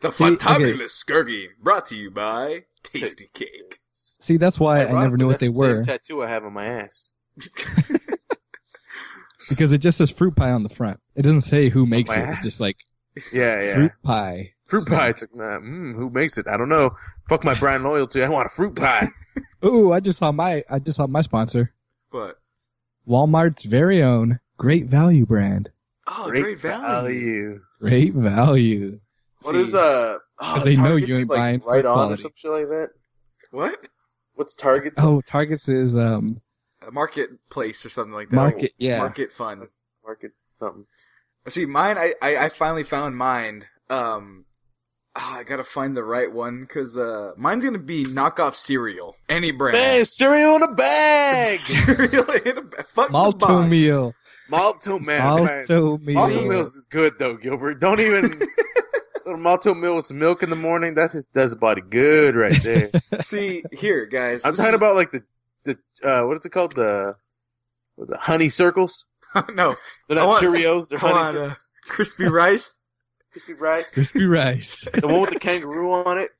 [SPEAKER 1] The
[SPEAKER 3] See, okay.
[SPEAKER 1] fantabulous Scurgy, brought to you by Tasty Cake.
[SPEAKER 3] See, that's why I never knew what
[SPEAKER 2] That's
[SPEAKER 3] they
[SPEAKER 2] the same
[SPEAKER 3] were
[SPEAKER 2] Tattoo I have on my ass.
[SPEAKER 3] because it just says fruit pie on the front. It doesn't say who makes
[SPEAKER 2] my
[SPEAKER 3] it. It's
[SPEAKER 2] ass.
[SPEAKER 3] just like
[SPEAKER 2] Yeah, yeah.
[SPEAKER 3] fruit pie.
[SPEAKER 2] Fruit pie. It's like, nah, mm, who makes it? I don't know. Fuck my brand loyalty. I want a fruit pie.
[SPEAKER 3] Ooh, I just saw my I just saw my sponsor,
[SPEAKER 1] What?
[SPEAKER 3] Walmart's very own Great Value brand.
[SPEAKER 1] Oh, great, value.
[SPEAKER 3] Great value.
[SPEAKER 2] What is uh? Because
[SPEAKER 3] they know you ain't buying
[SPEAKER 2] right
[SPEAKER 3] fruit
[SPEAKER 2] on or
[SPEAKER 3] quality.
[SPEAKER 2] some shit like that.
[SPEAKER 1] What?
[SPEAKER 2] What's Target's?
[SPEAKER 3] Oh, Target's is um
[SPEAKER 1] A marketplace or something like that.
[SPEAKER 3] market. Yeah,
[SPEAKER 1] Market fun.
[SPEAKER 2] Market something.
[SPEAKER 1] See, mine. I, I, I finally found mine. Um, ah, I gotta find the right one because uh, mine's gonna be knockoff cereal, any brand.
[SPEAKER 2] Man, cereal in a bag.
[SPEAKER 1] cereal in a ba- fuck the
[SPEAKER 3] Malto
[SPEAKER 1] box.
[SPEAKER 3] meal.
[SPEAKER 2] Malto man.
[SPEAKER 3] Malto meal.
[SPEAKER 2] Malto meals is good though, Gilbert. Don't even. Little Malto meal with some milk in the morning, that just does the body good right there.
[SPEAKER 1] See here, guys.
[SPEAKER 2] I'm
[SPEAKER 1] this
[SPEAKER 2] talking
[SPEAKER 1] is-
[SPEAKER 2] about like the, the uh, what is it called? The, what, the honey circles?
[SPEAKER 1] no
[SPEAKER 2] They're
[SPEAKER 1] I
[SPEAKER 2] not
[SPEAKER 1] want-
[SPEAKER 2] Cheerios, they're
[SPEAKER 1] I
[SPEAKER 2] honey
[SPEAKER 1] want, uh,
[SPEAKER 2] circles.
[SPEAKER 1] crispy rice.
[SPEAKER 2] Crispy rice.
[SPEAKER 3] crispy rice.
[SPEAKER 2] The one with the kangaroo on it.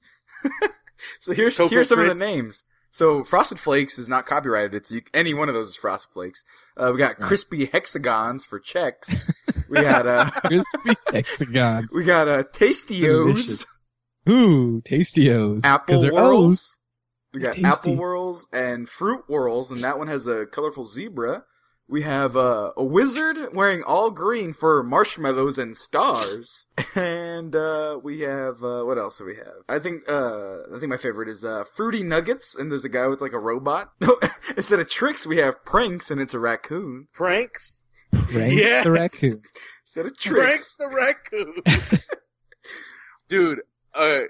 [SPEAKER 1] So here's
[SPEAKER 2] Cocoa
[SPEAKER 1] here's some of
[SPEAKER 2] Crisp.
[SPEAKER 1] the names. So Frosted Flakes is not copyrighted. It's you, any one of those is Frosted Flakes. Uh, we got crispy hexagons for checks. we got uh,
[SPEAKER 3] crispy hexagon.
[SPEAKER 1] we got uh, Tastios
[SPEAKER 3] Delicious. Ooh, tastios. 'Cause
[SPEAKER 1] apple
[SPEAKER 3] they're O's.
[SPEAKER 1] whirls. We got
[SPEAKER 3] Tasty.
[SPEAKER 1] apple whirls and fruit whirls, and that one has a colorful zebra. We have uh, a wizard wearing all green for marshmallows and stars, and uh, we have uh, what else do we have? I think uh, I think my favorite is uh, fruity nuggets, and there's a guy with like a robot. No, instead of tricks, we have pranks, and it's a raccoon.
[SPEAKER 2] Pranks?
[SPEAKER 3] Pranks
[SPEAKER 2] Yes.
[SPEAKER 3] the raccoon.
[SPEAKER 1] Instead of tricks,
[SPEAKER 2] Pranks the raccoon. Dude, uh,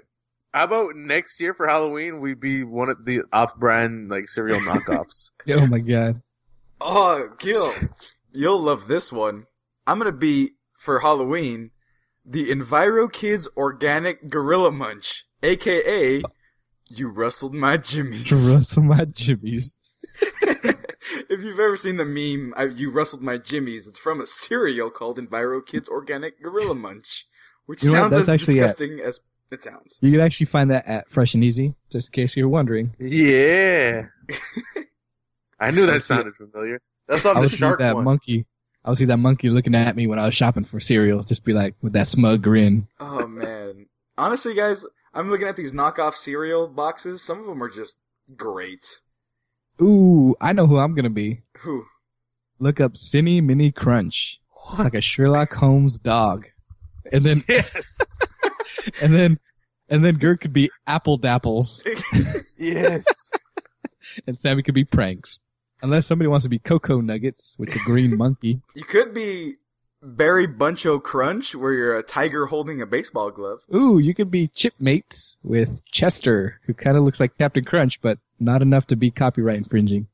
[SPEAKER 2] how about next year for Halloween we be one of the off brand like cereal knockoffs?
[SPEAKER 3] Oh my god.
[SPEAKER 1] oh Gil, you'll love this one. I'm gonna be for Halloween the Enviro Kids Organic Gorilla Munch, aka You Rustled My Jimmies.
[SPEAKER 3] Rustle my jimmies.
[SPEAKER 1] if you've ever seen the meme I, You Rustled My Jimmies, it's from a cereal called Enviro Kids Organic Gorilla Munch, which
[SPEAKER 3] You know what?
[SPEAKER 1] sounds as
[SPEAKER 3] That's actually it.
[SPEAKER 1] disgusting as it sounds.
[SPEAKER 3] You can actually find that at Fresh and Easy, just in case you're wondering.
[SPEAKER 2] yeah. I knew
[SPEAKER 3] I
[SPEAKER 2] that
[SPEAKER 3] see
[SPEAKER 2] sounded familiar. That's off
[SPEAKER 3] I
[SPEAKER 2] Oh, the
[SPEAKER 3] would see
[SPEAKER 2] shark
[SPEAKER 3] that
[SPEAKER 2] one.
[SPEAKER 3] monkey. I would see that monkey looking at me when I was shopping for cereal, just be like with that smug grin.
[SPEAKER 1] Oh man. Honestly, guys, I'm looking at these knockoff cereal boxes. Some of them are just great.
[SPEAKER 3] Ooh, I know who I'm gonna be.
[SPEAKER 1] Whew.
[SPEAKER 3] Look up Cinny Mini Crunch. It's like a Sherlock Holmes dog. And then
[SPEAKER 2] Yes.
[SPEAKER 3] and then and then Gert could be apple dapples
[SPEAKER 2] Yes.
[SPEAKER 3] and Sammy could be pranks. Unless somebody wants to be cocoa nuggets with the green monkey.
[SPEAKER 1] You could be Barry Buncho Crunch, where you're a tiger holding a baseball glove.
[SPEAKER 3] Ooh, you could be chipmates with Chester, who kind of looks like Captain Crunch, but not enough to be copyright infringing.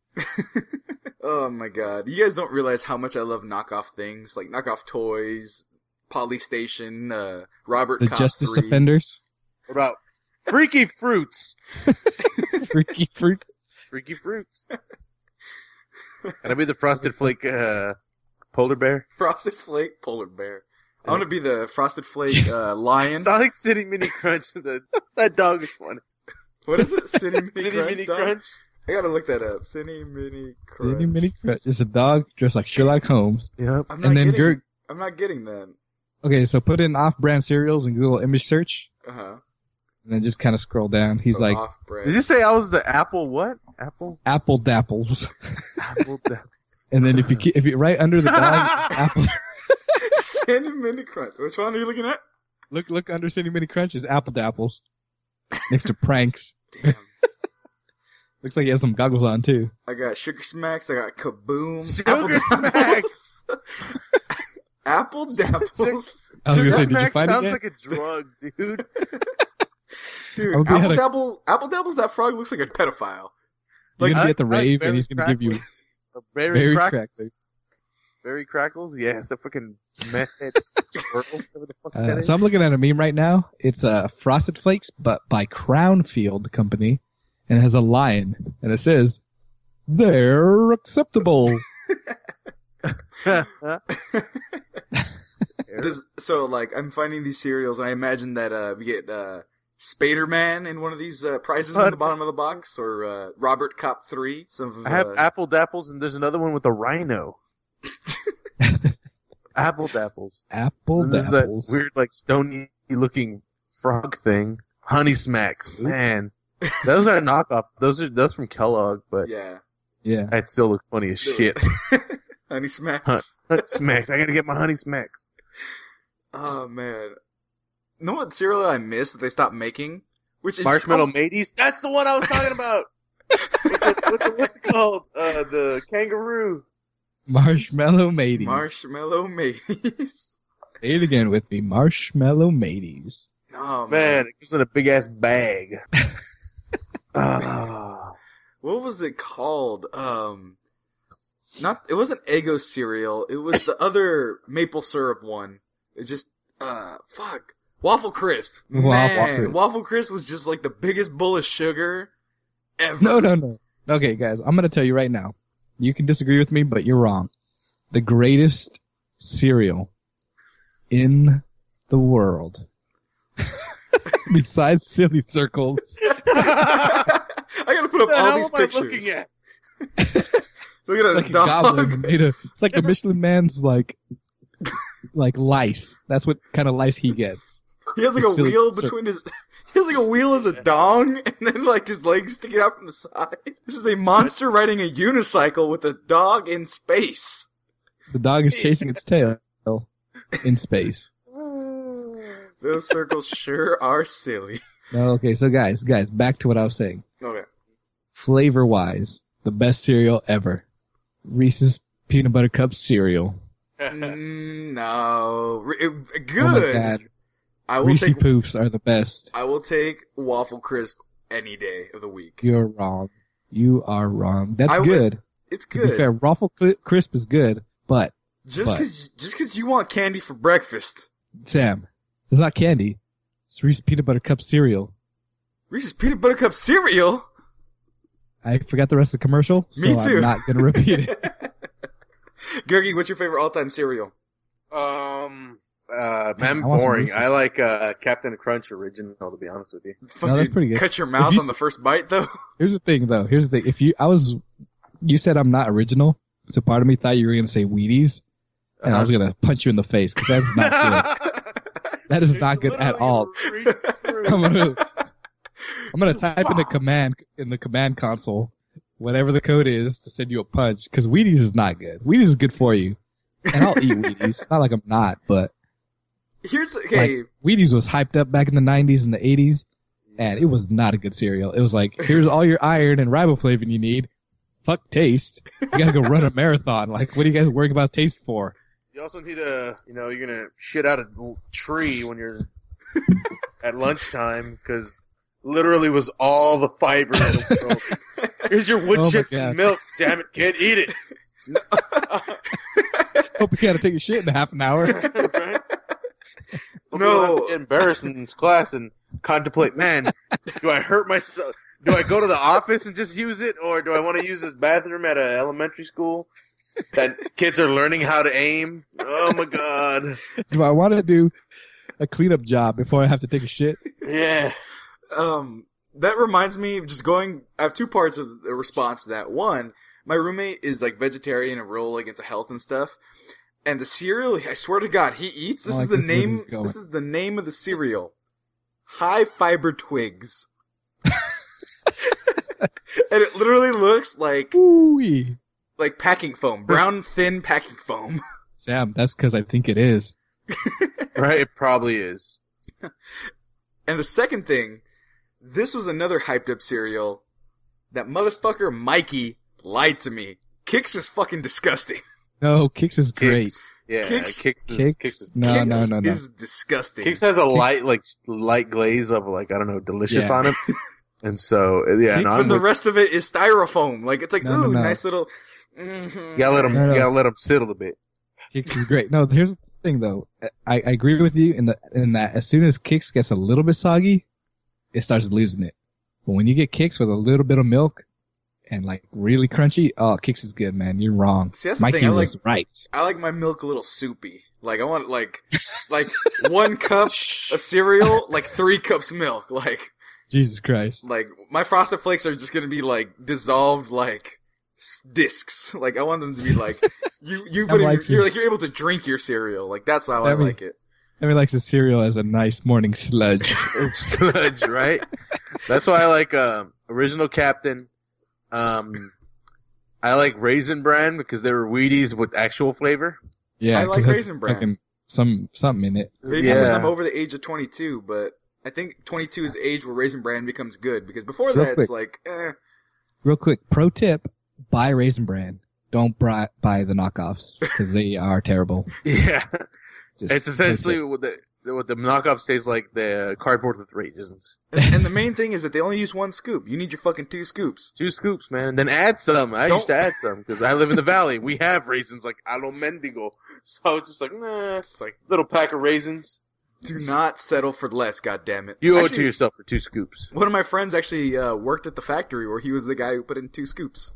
[SPEAKER 1] Oh my god. You guys don't realize how much I love knockoff things, like knockoff toys, Polystation, uh, Robert
[SPEAKER 3] The
[SPEAKER 1] Cop
[SPEAKER 3] Justice
[SPEAKER 1] 3.
[SPEAKER 3] Offenders,
[SPEAKER 2] What about freaky fruits?
[SPEAKER 3] Freaky Fruits.
[SPEAKER 2] Freaky fruits. Can I be the frosted flake uh, polar bear?
[SPEAKER 1] Frosted Flake Polar Bear. I want to be the Frosted Flake uh, Lion.
[SPEAKER 2] Sonic City Mini Crunch. The, that dog is funny.
[SPEAKER 1] What is it? City Mini
[SPEAKER 2] City
[SPEAKER 1] Crunch?
[SPEAKER 2] Mini
[SPEAKER 1] dog?
[SPEAKER 2] Crunch.
[SPEAKER 1] I gotta look that up. City Mini Crunch.
[SPEAKER 3] Mini Mini Crunch. It's a dog dressed like Sherlock Holmes.
[SPEAKER 2] Yep.
[SPEAKER 1] I'm not
[SPEAKER 3] And then
[SPEAKER 1] getting,
[SPEAKER 3] Gert.
[SPEAKER 1] I'm not getting that.
[SPEAKER 3] Okay, so put in off-brand cereals in Google image search,
[SPEAKER 1] Uh huh.
[SPEAKER 3] and then just kind of scroll down. He's like
[SPEAKER 1] off
[SPEAKER 2] Did you say I was the apple what? Apple?
[SPEAKER 3] apple dapples,
[SPEAKER 2] Apple
[SPEAKER 3] and then if you ke- if you right under the dog apple,
[SPEAKER 1] City Mini Crunch. Which one are you looking at?
[SPEAKER 3] look look under City Mini Crunch is apple dapples, next to pranks.
[SPEAKER 1] Damn.
[SPEAKER 3] Looks like he has some goggles on too.
[SPEAKER 1] I got Sugar Smacks. I got Kaboom.
[SPEAKER 2] Sugar
[SPEAKER 1] Smacks. Apple Dapples.
[SPEAKER 3] I was gonna say,
[SPEAKER 2] Sugar
[SPEAKER 3] did you
[SPEAKER 2] Smack
[SPEAKER 3] find it
[SPEAKER 2] sounds
[SPEAKER 3] yet?
[SPEAKER 2] like a drug, dude.
[SPEAKER 1] Dude,
[SPEAKER 3] I'm glad
[SPEAKER 1] Apple
[SPEAKER 3] I-
[SPEAKER 1] Dabble. Apple Dabbles. That frog looks like a pedophile.
[SPEAKER 2] Like,
[SPEAKER 3] You're gonna
[SPEAKER 2] I-
[SPEAKER 3] be at the
[SPEAKER 2] I like
[SPEAKER 3] rave and
[SPEAKER 2] berry
[SPEAKER 3] he's gonna give you
[SPEAKER 2] A berry,
[SPEAKER 3] berry
[SPEAKER 2] crackles.
[SPEAKER 3] crackers.
[SPEAKER 2] Berry crackles? Yeah, it's a freaking meth head squirrel. whatever the fuck that
[SPEAKER 3] Uh,
[SPEAKER 2] is.
[SPEAKER 3] so I'm looking at a meme right now. It's uh, Frosted Flakes, but by Crownfield Company, and it has a lion, and it says, "They're acceptable."
[SPEAKER 1] Does, so like I'm finding these cereals, and I imagine that uh, we get uh, Spaderman in one of these uh, prizes on the bottom of the box, or uh, Robert Cop Three. Some of,
[SPEAKER 2] I have
[SPEAKER 1] uh,
[SPEAKER 2] apple dapples, and there's another one with a rhino. apple dapples.
[SPEAKER 3] Apple
[SPEAKER 2] And there's that
[SPEAKER 3] dapples.
[SPEAKER 2] weird, like stony looking frog thing. Honey smacks, man. Those are knockoff. Those are those from Kellogg, but
[SPEAKER 1] yeah,
[SPEAKER 3] Yeah,
[SPEAKER 2] that still looks funny as shit.
[SPEAKER 1] Honey Smacks.
[SPEAKER 2] Huh. honey smacks. I gotta get my honey smacks.
[SPEAKER 1] Oh man, you know what cereal I missed that they stopped making? Which is
[SPEAKER 2] Marshmallow mateys. That's the one I was talking about. With the- with the- what's it called? Uh, the kangaroo.
[SPEAKER 3] marshmallow mateys.
[SPEAKER 1] Marshmallow Mateys.
[SPEAKER 3] Say it again with me, marshmallow mateys.
[SPEAKER 1] Oh man.
[SPEAKER 2] Man, it comes in a big ass bag. Ah.
[SPEAKER 1] what was it called? Um, not it wasn't Eggo cereal. It was the other maple syrup one. It just uh fuck waffle crisp.
[SPEAKER 3] Waffle
[SPEAKER 1] Man,
[SPEAKER 3] Crisp.
[SPEAKER 1] waffle crisp was just like the biggest bowl of sugar ever.
[SPEAKER 3] No, no, no. Okay, guys, I'm gonna tell you right now. You can disagree with me, but you're wrong. The greatest cereal in the world, besides silly circles,
[SPEAKER 1] I gotta put up
[SPEAKER 2] What the
[SPEAKER 1] all
[SPEAKER 2] hell
[SPEAKER 1] these
[SPEAKER 2] am I
[SPEAKER 1] pictures.
[SPEAKER 2] looking at?
[SPEAKER 1] Look at
[SPEAKER 3] It's like
[SPEAKER 1] that
[SPEAKER 3] a goblin
[SPEAKER 1] dog.
[SPEAKER 3] made of. It's like a Michelin man's like, like lice. That's what kind of lice he gets.
[SPEAKER 1] He has like
[SPEAKER 3] He's
[SPEAKER 1] a
[SPEAKER 3] silly.
[SPEAKER 1] wheel
[SPEAKER 3] So-
[SPEAKER 1] between his. He has like a wheel as a dong, and then like his legs sticking out from the side. This is a monster riding a unicycle with a dog in space.
[SPEAKER 3] The dog is chasing its tail in space.
[SPEAKER 1] Those circles sure are silly.
[SPEAKER 3] No, okay, so guys, guys, back to what I was saying.
[SPEAKER 1] Okay.
[SPEAKER 3] Flavor wise, the best cereal ever. Reese's peanut butter cup cereal.
[SPEAKER 1] Mm, no, Re- it- good.
[SPEAKER 3] Oh my god.
[SPEAKER 1] I will
[SPEAKER 3] Reese
[SPEAKER 1] take.
[SPEAKER 3] poofs are the best.
[SPEAKER 1] I will take waffle crisp any day of the week.
[SPEAKER 3] You're wrong. You are wrong. That's
[SPEAKER 1] I would-
[SPEAKER 3] good.
[SPEAKER 1] It's
[SPEAKER 3] to
[SPEAKER 1] good.
[SPEAKER 3] be fair, Ruffle Cli Crisp is good, but
[SPEAKER 1] Just
[SPEAKER 3] but-
[SPEAKER 1] because just because you want candy for breakfast,
[SPEAKER 3] Sam, it's not candy. It's Reese's peanut butter cup cereal.
[SPEAKER 1] Reese's peanut butter cup cereal.
[SPEAKER 3] I forgot the rest of the commercial, so
[SPEAKER 1] Me too.
[SPEAKER 3] I'm not going to repeat it.
[SPEAKER 1] Gergie, what's your favorite all-time cereal?
[SPEAKER 2] Um, uh,
[SPEAKER 3] Man,
[SPEAKER 2] man,
[SPEAKER 3] I want some
[SPEAKER 2] boring.
[SPEAKER 3] Reese's.
[SPEAKER 2] I like uh, Captain Crunch original. To be honest with you,
[SPEAKER 1] Fucking
[SPEAKER 3] that's pretty good.
[SPEAKER 1] Cut your mouth
[SPEAKER 3] you
[SPEAKER 1] on
[SPEAKER 3] s-
[SPEAKER 1] the first bite, though.
[SPEAKER 3] Here's the thing, though. Here's the thing. If you, I was, you said I'm not original, so part of me thought you were going to say Wheaties, and I was
[SPEAKER 1] Uh-huh.
[SPEAKER 3] going to punch you in the face because that's not good. That is not good at all. I'm gonna, I'm gonna type in the command in the command console, whatever the code is, to send you a punch. Because Wheaties is not good. Wheaties is good for you, and I'll eat Wheaties. Not like I'm not, but
[SPEAKER 1] Here's okay.
[SPEAKER 3] Wheaties was hyped up back in the 90s and the 80s, and it was not a good cereal. It was like, here's all your iron and riboflavin you need. Fuck taste. You gotta go run a marathon. Like, what are you guys worrying about taste for?
[SPEAKER 2] You also need a, you know, you're gonna shit out a l- tree when you're at lunchtime because literally was all the fiber. in the world. Here's your wood
[SPEAKER 3] Oh my
[SPEAKER 2] chips and
[SPEAKER 3] God.
[SPEAKER 2] milk. Damn it, kid, eat it.
[SPEAKER 3] Hope you gotta take a shit in half an hour.
[SPEAKER 2] Right? Hope you
[SPEAKER 1] No.
[SPEAKER 2] don't have to get embarrassed in class and contemplate. Man, do I hurt myself? Do I go to the office and just use it, or do I want to use this bathroom at a elementary school that kids are learning how to aim? Oh my god!
[SPEAKER 3] Do I wanna do a cleanup job before I have to take a shit?
[SPEAKER 2] Yeah,
[SPEAKER 1] um, that reminds me. Just going. I have two parts of the response to that. One, my roommate is like vegetarian and real like into health and stuff. And the cereal, I swear to God, he eats. This
[SPEAKER 3] I
[SPEAKER 1] is
[SPEAKER 3] like
[SPEAKER 1] the
[SPEAKER 3] this where this
[SPEAKER 1] name.
[SPEAKER 3] is going.
[SPEAKER 1] This is the name of the cereal. High fiber twigs. and it literally looks like
[SPEAKER 3] Ooh.
[SPEAKER 1] like packing foam, brown thin packing foam.
[SPEAKER 3] Sam, that's because I think it is.
[SPEAKER 2] right. It probably is.
[SPEAKER 1] And the second thing, this was another hyped up cereal. That motherfucker Mikey lied to me. Kicks is fucking disgusting.
[SPEAKER 3] No, Kicks is great.
[SPEAKER 2] Kicks. Yeah,
[SPEAKER 1] Kicks-
[SPEAKER 2] kicks. Kicks. Is,
[SPEAKER 3] Kicks?
[SPEAKER 2] kicks is,
[SPEAKER 3] No,
[SPEAKER 1] Kix
[SPEAKER 3] no, no, no.
[SPEAKER 1] is disgusting.
[SPEAKER 2] Kicks has a light, like light glaze of like I don't know, delicious
[SPEAKER 3] Yeah.
[SPEAKER 2] on it. And so yeah, no,
[SPEAKER 1] But
[SPEAKER 2] I'm
[SPEAKER 1] the
[SPEAKER 2] with,
[SPEAKER 1] rest of it is styrofoam. Like it's like
[SPEAKER 3] No, no,
[SPEAKER 1] ooh,
[SPEAKER 3] no.
[SPEAKER 1] nice little. Mhm.
[SPEAKER 2] you gotta let them,
[SPEAKER 3] No, no.
[SPEAKER 2] you gotta let them sit a little bit.
[SPEAKER 3] Kicks is great. No, here's the thing though. I, I agree with you in the in that as soon as Kicks gets a little bit soggy, it starts losing it. But when you get Kicks with a little bit of milk and like really crunchy, oh, Kicks is good, man. You're wrong.
[SPEAKER 1] See, that's the
[SPEAKER 3] Mikey
[SPEAKER 1] thing. I like
[SPEAKER 3] was right.
[SPEAKER 1] I like my milk a little soupy. Like I want like like one cup of cereal, like three cups milk. Like
[SPEAKER 3] Jesus Christ.
[SPEAKER 1] like my frosted flakes are just gonna be like dissolved like s- discs. Like I want them to be like you you
[SPEAKER 3] Sam
[SPEAKER 1] put in your,
[SPEAKER 3] likes
[SPEAKER 1] you're
[SPEAKER 3] his-
[SPEAKER 1] like you're able to drink your cereal. Like that's how I
[SPEAKER 3] Sammy-
[SPEAKER 1] like it.
[SPEAKER 3] Sammy likes the cereal as a nice morning sludge.
[SPEAKER 2] sludge, right? That's why I like um, original Captain. Um, I like Raisin Bran because they were Wheaties with actual flavor.
[SPEAKER 3] Yeah,
[SPEAKER 1] I like
[SPEAKER 3] 'cause that's
[SPEAKER 1] Raisin Bran.
[SPEAKER 3] fucking Some something in it.
[SPEAKER 1] Maybe because I'm over the age of 22, but I think 22 is the age where Raisin Bran becomes good. Because before
[SPEAKER 3] Real
[SPEAKER 1] that, it's like, eh,
[SPEAKER 3] Real quick, pro tip: buy Raisin Bran. Don't buy, buy the knockoffs because they are terrible.
[SPEAKER 2] yeah.
[SPEAKER 3] Just
[SPEAKER 2] It's essentially what the what the knockoff stays like the cardboard with raisins.
[SPEAKER 1] and, and the main thing is that they only use one scoop. You need your fucking two scoops.
[SPEAKER 2] Two scoops, man, and then add some. I
[SPEAKER 1] Don't-
[SPEAKER 2] used to add some because I live in the valley. We have raisins like I don't mendigo, so it's just like nah, it's like little pack of raisins.
[SPEAKER 1] Do not settle for less, goddammit.
[SPEAKER 2] You owe it to
[SPEAKER 1] Actually,
[SPEAKER 2] yourself for two scoops.
[SPEAKER 1] One of my friends actually uh, worked at the factory where he was the guy who put in two scoops.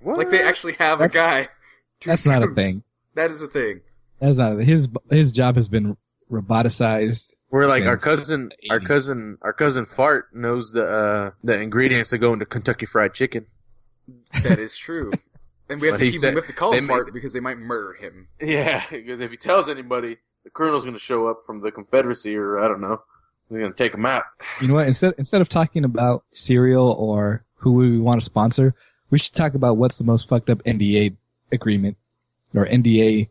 [SPEAKER 2] What?
[SPEAKER 1] Like they actually have a
[SPEAKER 3] Uh, That's-
[SPEAKER 1] guy. two
[SPEAKER 3] That's not a
[SPEAKER 1] scoops.
[SPEAKER 3] thing.
[SPEAKER 1] That is a thing.
[SPEAKER 3] That's not his. His job has been roboticized.
[SPEAKER 2] We're like our
[SPEAKER 3] Since
[SPEAKER 2] cousin, our
[SPEAKER 3] 80s.
[SPEAKER 2] cousin, our cousin Fart knows the uh, the ingredients that go into Kentucky Fried Chicken.
[SPEAKER 1] That is true. And we have
[SPEAKER 2] But
[SPEAKER 1] to
[SPEAKER 2] he
[SPEAKER 1] keep
[SPEAKER 2] said-
[SPEAKER 1] him. We have to call
[SPEAKER 2] they
[SPEAKER 1] him
[SPEAKER 2] made-
[SPEAKER 1] Bart because they might murder him.
[SPEAKER 2] Yeah, because if he tells anybody, the colonel's going to show up from the Confederacy, or I don't know, he's going to take him out.
[SPEAKER 3] You know what? Instead instead of talking about cereal or who we want to sponsor, we should talk about what's the most fucked up NDA agreement or NDA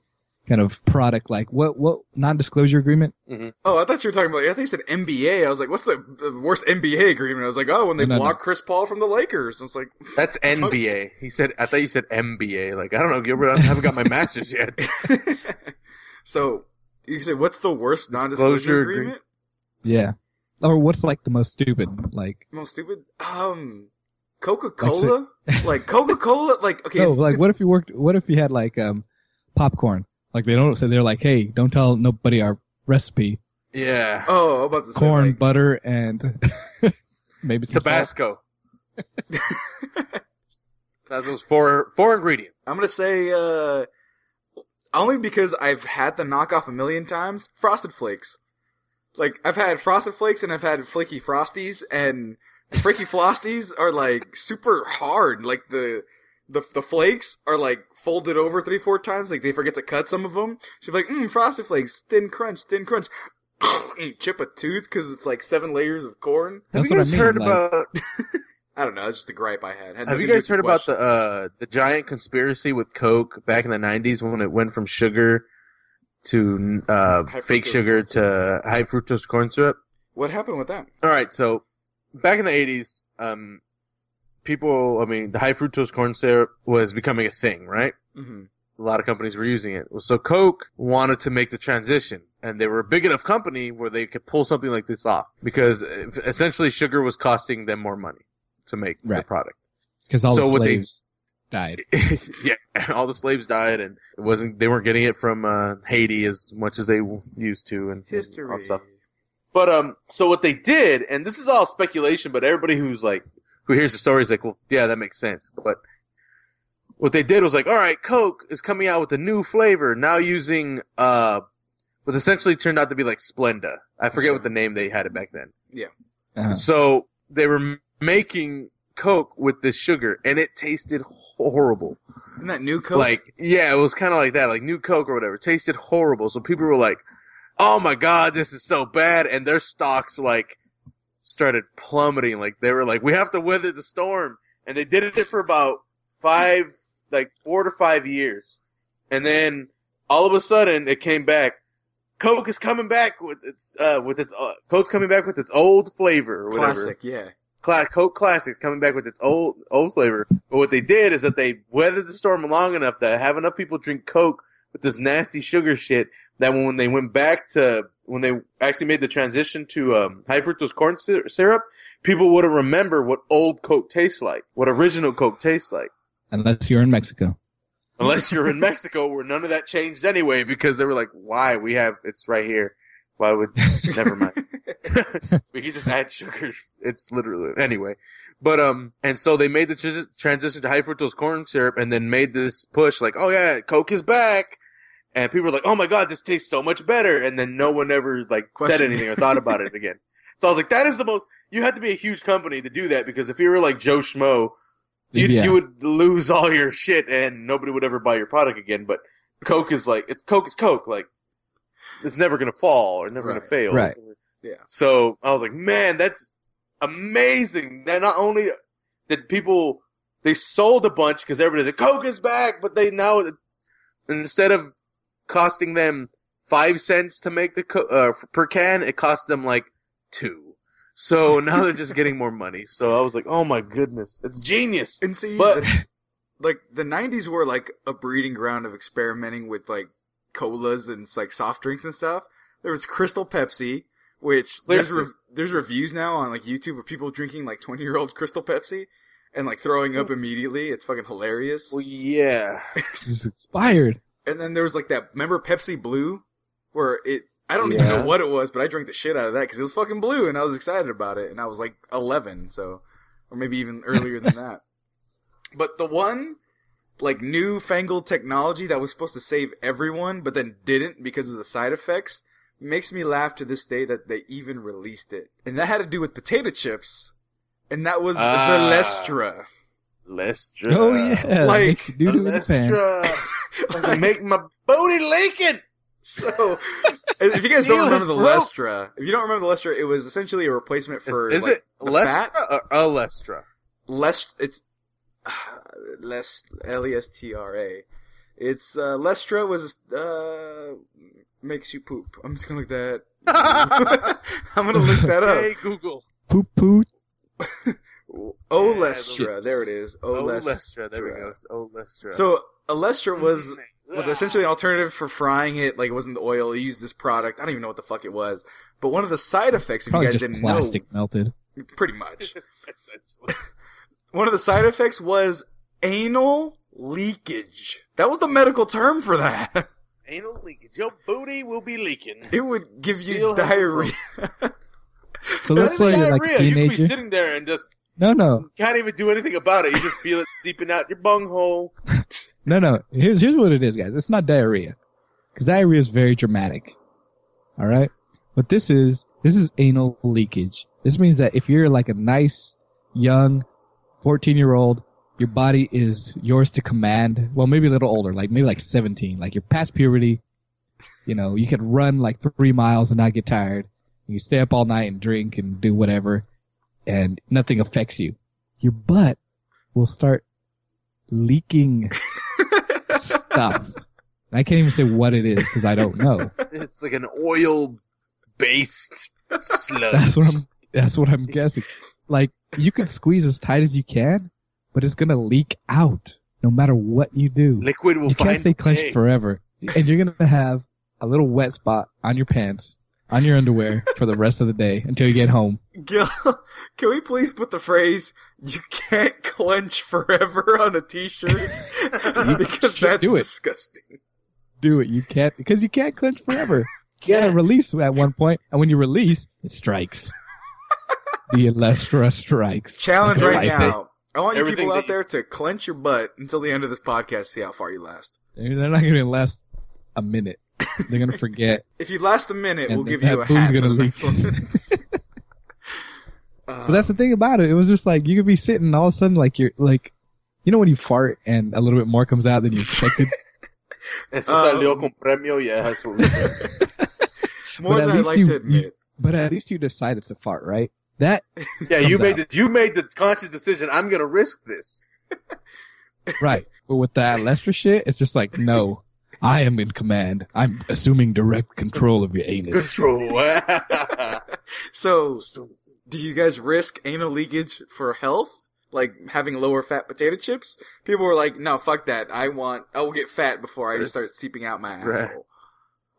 [SPEAKER 3] kind of product. Like what what non disclosure agreement?
[SPEAKER 1] Oh, I thought you were talking about. I thought you said NBA. I was like, "What's the, the worst NBA agreement?" I was like, "Oh, when they
[SPEAKER 3] No, no,
[SPEAKER 1] block Chris Paul from the Lakers." I was like,
[SPEAKER 2] That's NBA. He said, I thought you said MBA. Like I don't know, Gilbert. I haven't got my master's yet.
[SPEAKER 1] "So you said what's the worst
[SPEAKER 2] Disclosure
[SPEAKER 1] non-disclosure
[SPEAKER 2] agree-
[SPEAKER 1] agreement?"
[SPEAKER 3] Yeah. Or what's like the most stupid? Like
[SPEAKER 1] Most stupid. Um, Coca Cola. Like Coca Cola. Like okay,
[SPEAKER 3] no,
[SPEAKER 1] it's-
[SPEAKER 3] like what if you worked? What if you had like um popcorn? Like they don't say they're like, hey, don't tell nobody our recipe.
[SPEAKER 2] Yeah,
[SPEAKER 1] oh, I'm about to say,
[SPEAKER 3] Corn,
[SPEAKER 1] like-
[SPEAKER 3] butter, and maybe some salt.
[SPEAKER 2] Tabasco. That's those four four ingredients.
[SPEAKER 1] I'm gonna say uh, only because I've had the knockoff a million times. Frosted Flakes. Like I've had Frosted Flakes and I've had Flaky Frosties, and the Flaky Frosties are like super hard. Like the the the flakes are like folded over three four times. Like they forget to cut some of them. She's like, mm, Frosted Flakes, thin crunch, thin crunch. and you chip a tooth because it's like seven layers of corn.
[SPEAKER 3] That's
[SPEAKER 2] have you
[SPEAKER 3] what I
[SPEAKER 2] guys
[SPEAKER 3] mean,
[SPEAKER 2] heard
[SPEAKER 3] like-
[SPEAKER 2] about
[SPEAKER 1] I don't know. That's just a gripe I had. Had
[SPEAKER 2] Have you
[SPEAKER 1] nothing to
[SPEAKER 2] guys
[SPEAKER 1] do with
[SPEAKER 2] heard about
[SPEAKER 1] question.
[SPEAKER 2] the uh, the giant conspiracy with Coke back in the '90s when it went from sugar to uh,
[SPEAKER 1] High
[SPEAKER 2] fake
[SPEAKER 1] fructose
[SPEAKER 2] sugar
[SPEAKER 1] corn
[SPEAKER 2] to high fructose corn syrup?
[SPEAKER 1] what happened with that?
[SPEAKER 2] All right, so back in the '80s, um, people, I mean, the high fructose corn syrup was becoming a thing, right?
[SPEAKER 1] hmm
[SPEAKER 2] A lot of companies were using it. So Coke wanted to make the transition, and they were a big enough company where they could pull something like this off because uh, essentially sugar was costing them more money to make the
[SPEAKER 3] Right.
[SPEAKER 2] product.
[SPEAKER 3] because all
[SPEAKER 2] So
[SPEAKER 3] the
[SPEAKER 2] what they-
[SPEAKER 3] slaves died.
[SPEAKER 2] yeah, all the slaves died, and it wasn't they weren't getting it from uh, Haiti as much as they w- used to, and and all
[SPEAKER 1] History.
[SPEAKER 2] stuff. But um, so what they did, and this is all speculation, but everybody who's like who hears the story is like, well, yeah, that makes sense. But what they did was like, all right, Coke is coming out with a new flavor now using uh, what essentially turned out to be like Splenda. I forget what the name they had it back then.
[SPEAKER 3] Uh-huh.
[SPEAKER 2] So they were m- making Coke with this sugar, and it tasted horrible.
[SPEAKER 1] Isn't that new Coke?
[SPEAKER 2] Like, yeah, it was kind of like that, like new Coke or whatever. Tasted horrible. So people were like, "Oh my god, this is so bad," and their stocks like started plummeting. Like they were like, "We have to weather the storm," and they did it for about five, like four to five years, and then all of a sudden it came back. Coke is coming back with its uh, with its uh, Coke's coming back with its old flavor or whatever.
[SPEAKER 1] Classic, yeah.
[SPEAKER 2] Cla- Coke Classics coming back with its old old flavor. But what they did is that they weathered the storm long enough to have enough people drink Coke with this nasty sugar shit that when they went back to when they actually made the transition to um, high fructose corn sy- syrup, people wouldn't remember what old Coke tastes like, what original Coke tastes like.
[SPEAKER 3] unless you're in Mexico.
[SPEAKER 2] Unless you're in Mexico where none of that changed anyway because they were like, why? We have, it's right here. Why would, never mind. we could just add sugar. It's literally, anyway. But, um, and so they made the tr- transition to high fructose corn syrup and then made this push like, oh yeah, Coke is back. And people were like, oh my God, this tastes so much better. And then no one ever like said
[SPEAKER 1] Questioned
[SPEAKER 2] anything or thought about it again. So I was like, that is the most, you had to be a huge company to do that because if you were like Joe Schmo, you,
[SPEAKER 3] Yeah.
[SPEAKER 2] you would lose all your shit and nobody would ever buy your product again. But Coke is like, it's Coke is Coke. Like, it's never going to fall or never going
[SPEAKER 1] Right.
[SPEAKER 2] to fail.
[SPEAKER 3] Right.
[SPEAKER 1] Yeah.
[SPEAKER 2] So I was like, man, that's amazing. That not only did people, they sold a bunch because everybody's like, Coke is back, but they now, and instead of costing them five cents to make the, co- uh, per can, it cost them like two. So now they're just getting more money. So I was like, oh my goodness. It's genius.
[SPEAKER 1] And see,
[SPEAKER 2] But-
[SPEAKER 1] the- like the '90s were like a breeding ground of experimenting with like colas and like soft drinks and stuff. There was Crystal Pepsi, which there's
[SPEAKER 2] Pepsi.
[SPEAKER 1] rev there's reviews now on like YouTube of people drinking like 20 year old Crystal Pepsi and like throwing
[SPEAKER 2] Oh.
[SPEAKER 1] up immediately. It's fucking hilarious.
[SPEAKER 2] Well, yeah.
[SPEAKER 3] This is expired.
[SPEAKER 1] And then there was like that. Remember Pepsi Blue, where it. I don't even
[SPEAKER 2] Yeah.
[SPEAKER 1] know what it was, but I drank the shit out of that because it was fucking blue, and I was excited about it, and I was like 11, so or maybe even earlier than that. But the one like newfangled technology that was supposed to save everyone, but then didn't because of the side effects, makes me laugh to this day that they even released it, and that had to do with potato chips, and that was the
[SPEAKER 2] Ah.
[SPEAKER 1] Lestra.
[SPEAKER 2] Lestra.
[SPEAKER 3] oh yeah,
[SPEAKER 1] like,
[SPEAKER 3] makes you doo-doo in the pan.
[SPEAKER 2] Lestra. Make my booty leaking.
[SPEAKER 1] So, if you guys
[SPEAKER 2] Steel
[SPEAKER 1] don't remember the
[SPEAKER 2] is broke.
[SPEAKER 1] Lestra, if you don't remember the Lestra, it was essentially a replacement for
[SPEAKER 2] is
[SPEAKER 1] like,
[SPEAKER 2] it
[SPEAKER 1] the
[SPEAKER 2] Lestra
[SPEAKER 1] fat.
[SPEAKER 2] or a Lestra?
[SPEAKER 1] Lest it's uh, Lest L E S T R A. It's uh, Lestra was uh, makes you poop. I'm just gonna look that. I'm gonna look that up.
[SPEAKER 2] Hey Google.
[SPEAKER 3] Poop poo.
[SPEAKER 1] O
[SPEAKER 2] Yeah,
[SPEAKER 1] Lestra,
[SPEAKER 2] the-
[SPEAKER 1] there it is. O
[SPEAKER 2] Oh, Lestra.
[SPEAKER 1] Lestra.
[SPEAKER 2] There we go. It's O Lestra.
[SPEAKER 1] So a Lestra was
[SPEAKER 2] Ah.
[SPEAKER 1] was essentially an alternative for frying it. Like it wasn't the oil. They used this product. I don't even know what the fuck it was. But one of the side effects, if
[SPEAKER 3] Probably
[SPEAKER 1] you guys
[SPEAKER 3] just
[SPEAKER 1] didn't
[SPEAKER 3] plastic melted.
[SPEAKER 1] know, pretty much
[SPEAKER 2] essentially.
[SPEAKER 1] one of the side effects was anal leakage. That was the medical term for that.
[SPEAKER 2] Anal leakage. Your booty will be leaking.
[SPEAKER 1] It would give you
[SPEAKER 2] She'll have
[SPEAKER 1] diarrhea.
[SPEAKER 3] So let's say you're like a
[SPEAKER 2] diarrhea. You could be
[SPEAKER 3] teenager.
[SPEAKER 2] sitting there and just
[SPEAKER 3] No, no,
[SPEAKER 2] can't even do anything about it. You just feel it seeping out your bunghole.
[SPEAKER 3] no, no. Here's here's what it is, guys. It's not diarrhea, because diarrhea is very dramatic. All right, but this is this is anal leakage. This means that if you're like a nice young fourteen year old, your body is yours to command. Well, maybe a little older, like maybe like seventeen, like you're past puberty. You know, you can run like three miles and not get tired. You stay up all night and drink and do whatever, and nothing affects you. Your butt will start leaking stuff. And I can't even say what it is because I don't know.
[SPEAKER 2] It's like an oil based sludge.
[SPEAKER 3] That's what I'm. That's what I'm guessing. Like you can squeeze as tight as you can, but it's gonna leak out no matter what you do.
[SPEAKER 2] Liquid will
[SPEAKER 3] you
[SPEAKER 2] find
[SPEAKER 3] can't stay
[SPEAKER 2] a
[SPEAKER 3] clenched
[SPEAKER 2] way.
[SPEAKER 3] forever, and you're gonna have a little wet spot on your pants, on your underwear for the rest of the day until you get home.
[SPEAKER 1] Gil, can we please put the phrase "you can't clench forever" on a T-shirt because
[SPEAKER 3] should
[SPEAKER 1] that's
[SPEAKER 3] do it.
[SPEAKER 1] disgusting.
[SPEAKER 3] Do it. You can't because you can't clench forever. You gotta release at one point, and when you release, it strikes. the Elestra strikes.
[SPEAKER 1] Challenge
[SPEAKER 3] Like a
[SPEAKER 1] right
[SPEAKER 3] light
[SPEAKER 1] now. I want you
[SPEAKER 2] Everything
[SPEAKER 1] people
[SPEAKER 2] that
[SPEAKER 1] out
[SPEAKER 2] you-
[SPEAKER 1] there to clench your butt until the end of this podcast. See how far you last.
[SPEAKER 3] They're they're not going to last a minute. They're going to forget.
[SPEAKER 1] If you last a minute,
[SPEAKER 3] And
[SPEAKER 1] we'll
[SPEAKER 3] then
[SPEAKER 1] give you
[SPEAKER 3] that
[SPEAKER 1] a
[SPEAKER 3] boo's
[SPEAKER 1] hat. for
[SPEAKER 3] gonna
[SPEAKER 1] the
[SPEAKER 3] leak.
[SPEAKER 1] next one. Uh,
[SPEAKER 3] But that's the thing about it. It was just like you could be sitting, and all of a sudden, like you're like, you know, when you fart and a little bit more comes out than you expected.
[SPEAKER 2] Eso
[SPEAKER 1] Um,
[SPEAKER 2] salió con premio, yeah, that's what we said.
[SPEAKER 1] more
[SPEAKER 3] But at
[SPEAKER 1] than I'd
[SPEAKER 3] least
[SPEAKER 1] like
[SPEAKER 3] you-
[SPEAKER 1] to admit.
[SPEAKER 3] but at least you decided to fart, right? That
[SPEAKER 2] Yeah, you
[SPEAKER 3] Comes
[SPEAKER 2] made the you made the conscious decision. I'm gonna risk this.
[SPEAKER 3] right. But with that Lester shit, it's just like no. I am in command. I'm assuming direct control of your anus.
[SPEAKER 2] Control.
[SPEAKER 1] So, do you guys risk anal leakage for health? Like having lower fat potato chips? People were like, no, fuck that. I want, I will get fat before I
[SPEAKER 2] Yes.
[SPEAKER 1] start seeping out my
[SPEAKER 2] Right.
[SPEAKER 1] asshole.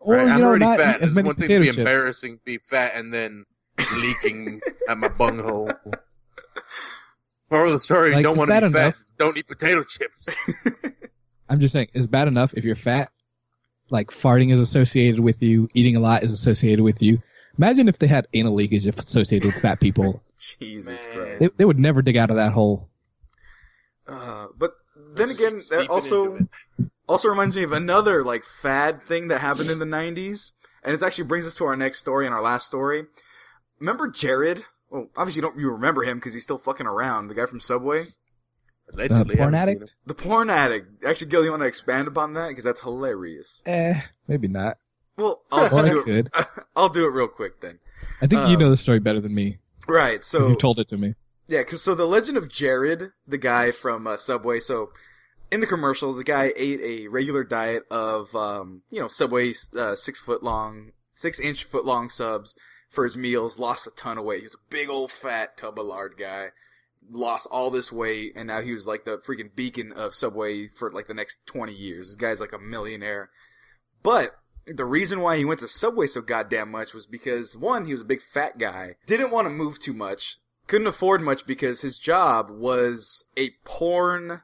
[SPEAKER 3] Or
[SPEAKER 2] Right,
[SPEAKER 3] you
[SPEAKER 2] I'm
[SPEAKER 3] know,
[SPEAKER 2] already
[SPEAKER 3] not eat
[SPEAKER 2] fat.
[SPEAKER 3] as
[SPEAKER 2] It's
[SPEAKER 3] many
[SPEAKER 2] one thing to
[SPEAKER 3] potato
[SPEAKER 2] be
[SPEAKER 3] chips.
[SPEAKER 2] embarrassing, be fat, and then leaking at my bunghole. Moral of the story:
[SPEAKER 3] Like,
[SPEAKER 2] Don't
[SPEAKER 3] it's
[SPEAKER 2] want to
[SPEAKER 3] bad
[SPEAKER 2] be fat.
[SPEAKER 3] enough.
[SPEAKER 2] Don't eat potato chips.
[SPEAKER 3] I'm just saying, it's bad enough if you're fat. Like farting is associated with you, eating a lot is associated with you. Imagine if they had anal leakage associated with fat people.
[SPEAKER 1] Jesus
[SPEAKER 2] Man.
[SPEAKER 1] Christ.
[SPEAKER 3] They, they would never dig out of that hole.
[SPEAKER 1] Uh, but then
[SPEAKER 2] Just
[SPEAKER 1] again,
[SPEAKER 2] keep
[SPEAKER 1] that
[SPEAKER 2] seeping
[SPEAKER 1] also
[SPEAKER 2] into it.
[SPEAKER 1] also reminds me of another like fad thing that happened in the '90s, and it actually brings us to our next story and our last story. Remember Jared? Well, obviously you don't you remember him because he's still fucking around. The guy from Subway,
[SPEAKER 3] Uh,
[SPEAKER 2] Allegedly, haven't
[SPEAKER 3] porn
[SPEAKER 2] seen
[SPEAKER 3] addict?
[SPEAKER 1] the porn addict. Actually, Gil, you want to expand upon that because that's hilarious.
[SPEAKER 3] Eh, maybe not.
[SPEAKER 1] Well, I'll
[SPEAKER 3] Or
[SPEAKER 1] just
[SPEAKER 3] I
[SPEAKER 1] do it.
[SPEAKER 3] could.
[SPEAKER 1] I'll do it real quick then.
[SPEAKER 3] I think you
[SPEAKER 1] Um,
[SPEAKER 3] know the story better than me
[SPEAKER 1] Right.
[SPEAKER 3] because
[SPEAKER 1] So
[SPEAKER 3] you told it to me.
[SPEAKER 1] Yeah, because so the legend of Jared, the guy from uh, Subway. So in the commercial, the guy ate a regular diet of um, you know Subway uh, six foot long, six inch foot long subs for his meals. Lost a ton of weight. He was a big old fat tub of lard guy. Lost all this weight, and now he was like the freaking beacon of Subway for like the next twenty years. This guy's like a millionaire, but. The reason why he went to Subway so goddamn much was because one, he was a big fat guy, didn't want to move too much, couldn't afford much because his job was a porn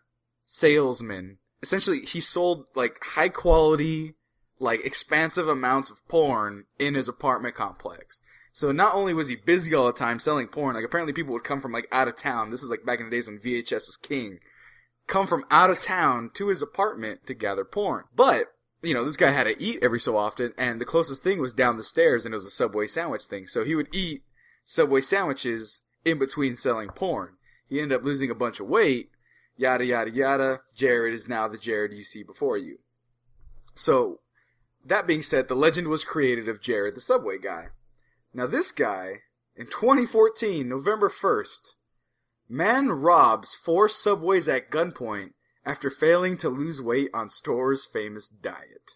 [SPEAKER 1] salesman. Essentially, he sold like high quality, like expansive amounts of porn in his apartment complex. So not only was he busy all the time selling porn, like apparently people would come from like out of town. This is like back in the days when VHS was king. Come from out of town to his apartment to gather porn. But, you know, this guy had to eat every so often and the closest thing was down the stairs and it was a Subway sandwich thing. So he would eat Subway sandwiches in between selling porn. He ended up losing a bunch of weight, yada, yada, yada. Jared is now the Jared you see before you. So, that being said, the legend was created of Jared the Subway guy. Now, this guy, in 2014, November 1st, man robs four Subways at gunpoint after failing to lose weight on store's famous diet.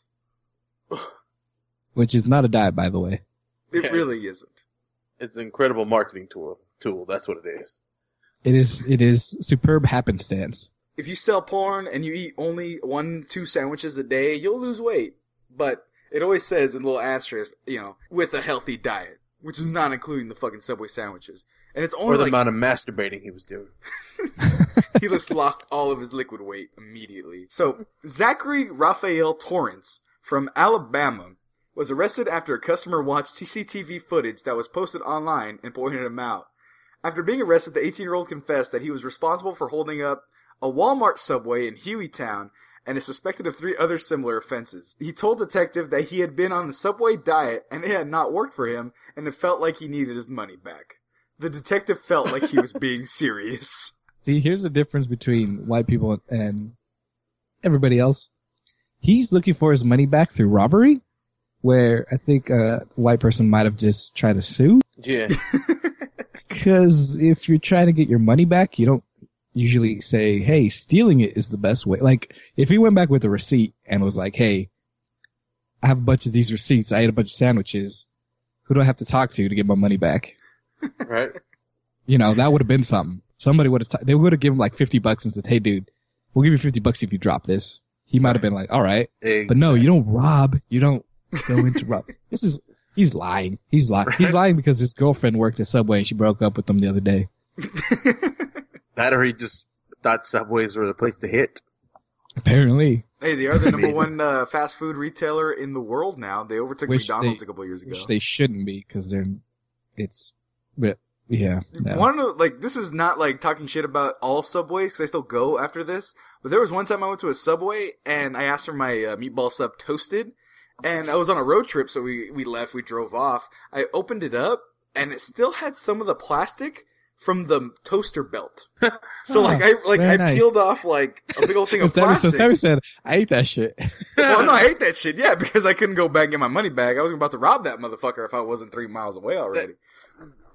[SPEAKER 3] Which is not a diet, by the way.
[SPEAKER 1] It
[SPEAKER 2] Yeah,
[SPEAKER 1] really
[SPEAKER 2] it's-
[SPEAKER 1] isn't.
[SPEAKER 2] It's an incredible marketing tool. Tool. That's what it is.
[SPEAKER 3] It is it is superb happenstance.
[SPEAKER 1] if you sell porn and you eat only one, two sandwiches a day, you'll lose weight. But it always says in little asterisk, you know, with a healthy diet, which is not including the fucking Subway sandwiches. And it's
[SPEAKER 2] Or
[SPEAKER 1] only
[SPEAKER 2] the
[SPEAKER 1] like
[SPEAKER 2] amount of masturbating he was doing.
[SPEAKER 1] he just lost all of his liquid weight immediately. So, Zachary Raphael Torrance from Alabama was arrested after a customer watched CCTV footage that was posted online and pointed him out. After being arrested, the 18 year old confessed that he was responsible for holding up a Walmart subway in Hueytown and is suspected of three other similar offenses. He told detective that he had been on the subway diet and it had not worked for him and it felt like he needed his money back. The detective felt like he was being serious.
[SPEAKER 3] See, here's the difference between white people and everybody else. He's looking for his money back through robbery, where I think a white person might have just tried to sue.
[SPEAKER 2] Yeah.
[SPEAKER 3] Because if you're trying to get your money back, you don't usually say, "Hey, stealing it is the best way." Like if he went back with a receipt and was like, "Hey, I have a bunch of these receipts. I ate a bunch of sandwiches. Who do I have to talk to to get my money back?"
[SPEAKER 2] Right.
[SPEAKER 3] You know, that would have been something. Somebody would have, t- they would have given him like 50 bucks and said, hey, dude, we'll give you 50 bucks if you drop this. He might have been like, all right. But no, you don't rob. You don't go into rob. This is, he's lying. He's lying. He's lying because his girlfriend worked at Subway and she broke up with him the other day.
[SPEAKER 2] That or he just thought subways were the place to hit.
[SPEAKER 3] Apparently,
[SPEAKER 1] Hey, they are the number one uh, fast food retailer in the world now. They overtook
[SPEAKER 3] Which
[SPEAKER 1] McDonald's
[SPEAKER 3] they-
[SPEAKER 1] a couple years ago.
[SPEAKER 3] which they shouldn't be because they're, it's, but yeah. no.
[SPEAKER 1] One of the- like this is not like talking shit about all subways because I still go after this. But there was one time I went to a subway and I asked for my uh, meatball sub toasted, and I was on a road trip, so we we left, we drove off. I opened it up and it still had some of the plastic from the toaster belt. So like I like
[SPEAKER 3] very
[SPEAKER 1] I
[SPEAKER 3] nice.
[SPEAKER 1] peeled off like a big old thing of
[SPEAKER 3] Sammy- so
[SPEAKER 1] plastic.
[SPEAKER 3] Sammy said, I ate that shit.
[SPEAKER 1] well, no, I hate that shit. Yeah, because I couldn't go back and get my money back. I was about to rob that motherfucker if I wasn't three miles away already.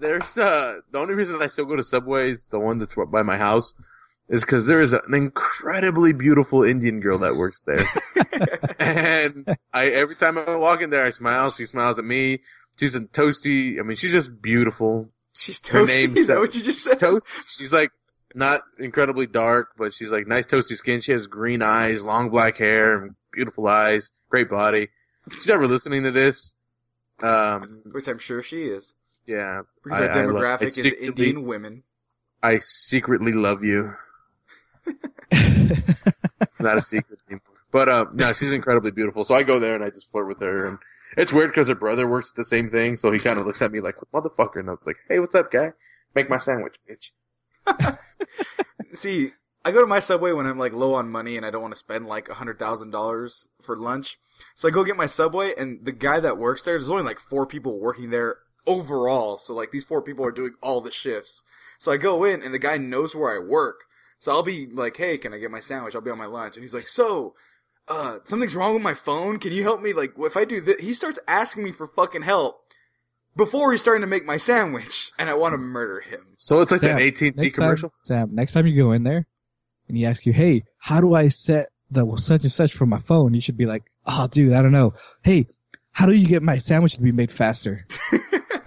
[SPEAKER 2] There's uh the only reason I still go to Subway's, the one that's by my house, is because there is an incredibly beautiful Indian girl that works there, and I every time I walk in there, I smile. She smiles at me. She's a toasty. I mean, she's just beautiful.
[SPEAKER 1] She's
[SPEAKER 2] Her
[SPEAKER 1] toasty.
[SPEAKER 2] name
[SPEAKER 1] Is that
[SPEAKER 2] so-
[SPEAKER 1] what you just
[SPEAKER 2] She's
[SPEAKER 1] said?
[SPEAKER 2] toast. She's like not incredibly dark, but she's like nice toasty skin. She has green eyes, long black hair, and beautiful eyes, great body. She's ever listening to this. Um,
[SPEAKER 1] Which I'm sure she is.
[SPEAKER 2] Yeah,
[SPEAKER 1] Because
[SPEAKER 2] I-
[SPEAKER 1] our
[SPEAKER 2] I love-
[SPEAKER 1] demographic
[SPEAKER 2] I
[SPEAKER 1] is
[SPEAKER 2] secretly-
[SPEAKER 1] Indian women.
[SPEAKER 2] I secretly love you. Not a secret anymore. But um, no, she's incredibly beautiful. So I go there and I just flirt with her, and it's weird because her brother works at the same thing, so he kind of looks at me like motherfucker, and I was like, "Hey, what's up, guy? Make my sandwich, bitch."
[SPEAKER 1] See, I go to my Subway when I'm like low on money and I don't want to spend like a hundred thousand dollars for lunch. So I go get my Subway, and the guy that works there, there's only like four people working there overall. So like these four people are doing all the shifts. So I go in, and the guy knows where I work. So I'll be like, "Hey, can I get my sandwich? I'll be on my lunch." And he's like, "So." Uh, something's wrong with my phone. Can you help me? Like, if I do this, he starts asking me for fucking help before he's starting to make my sandwich, and I want to murder him.
[SPEAKER 2] So it's like
[SPEAKER 3] Sam,
[SPEAKER 2] that AT and T
[SPEAKER 3] next
[SPEAKER 2] commercial.
[SPEAKER 3] Time, Sam, next time you go in there and he asks you, hey, how do I set the such and such for my phone? You should be like, oh, dude, I don't know. Hey, how do you get my sandwich to be made faster?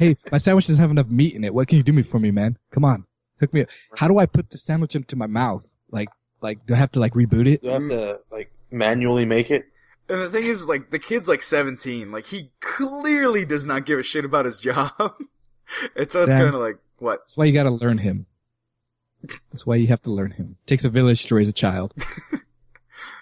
[SPEAKER 3] hey, my sandwich doesn't have enough meat in it. What can you do me for me, man? Come on, hook me up. How do I put the sandwich into my mouth? Like, like, do I have to like reboot it?
[SPEAKER 2] Do I have to like manually make it?
[SPEAKER 1] And the thing is, like, the kid's like 17. Like, he clearly does not give a shit about his job. and so it's
[SPEAKER 3] Damn.
[SPEAKER 1] kind of like, what?
[SPEAKER 3] That's why you got to learn him. That's why you have to learn him. takes a village to raise a child.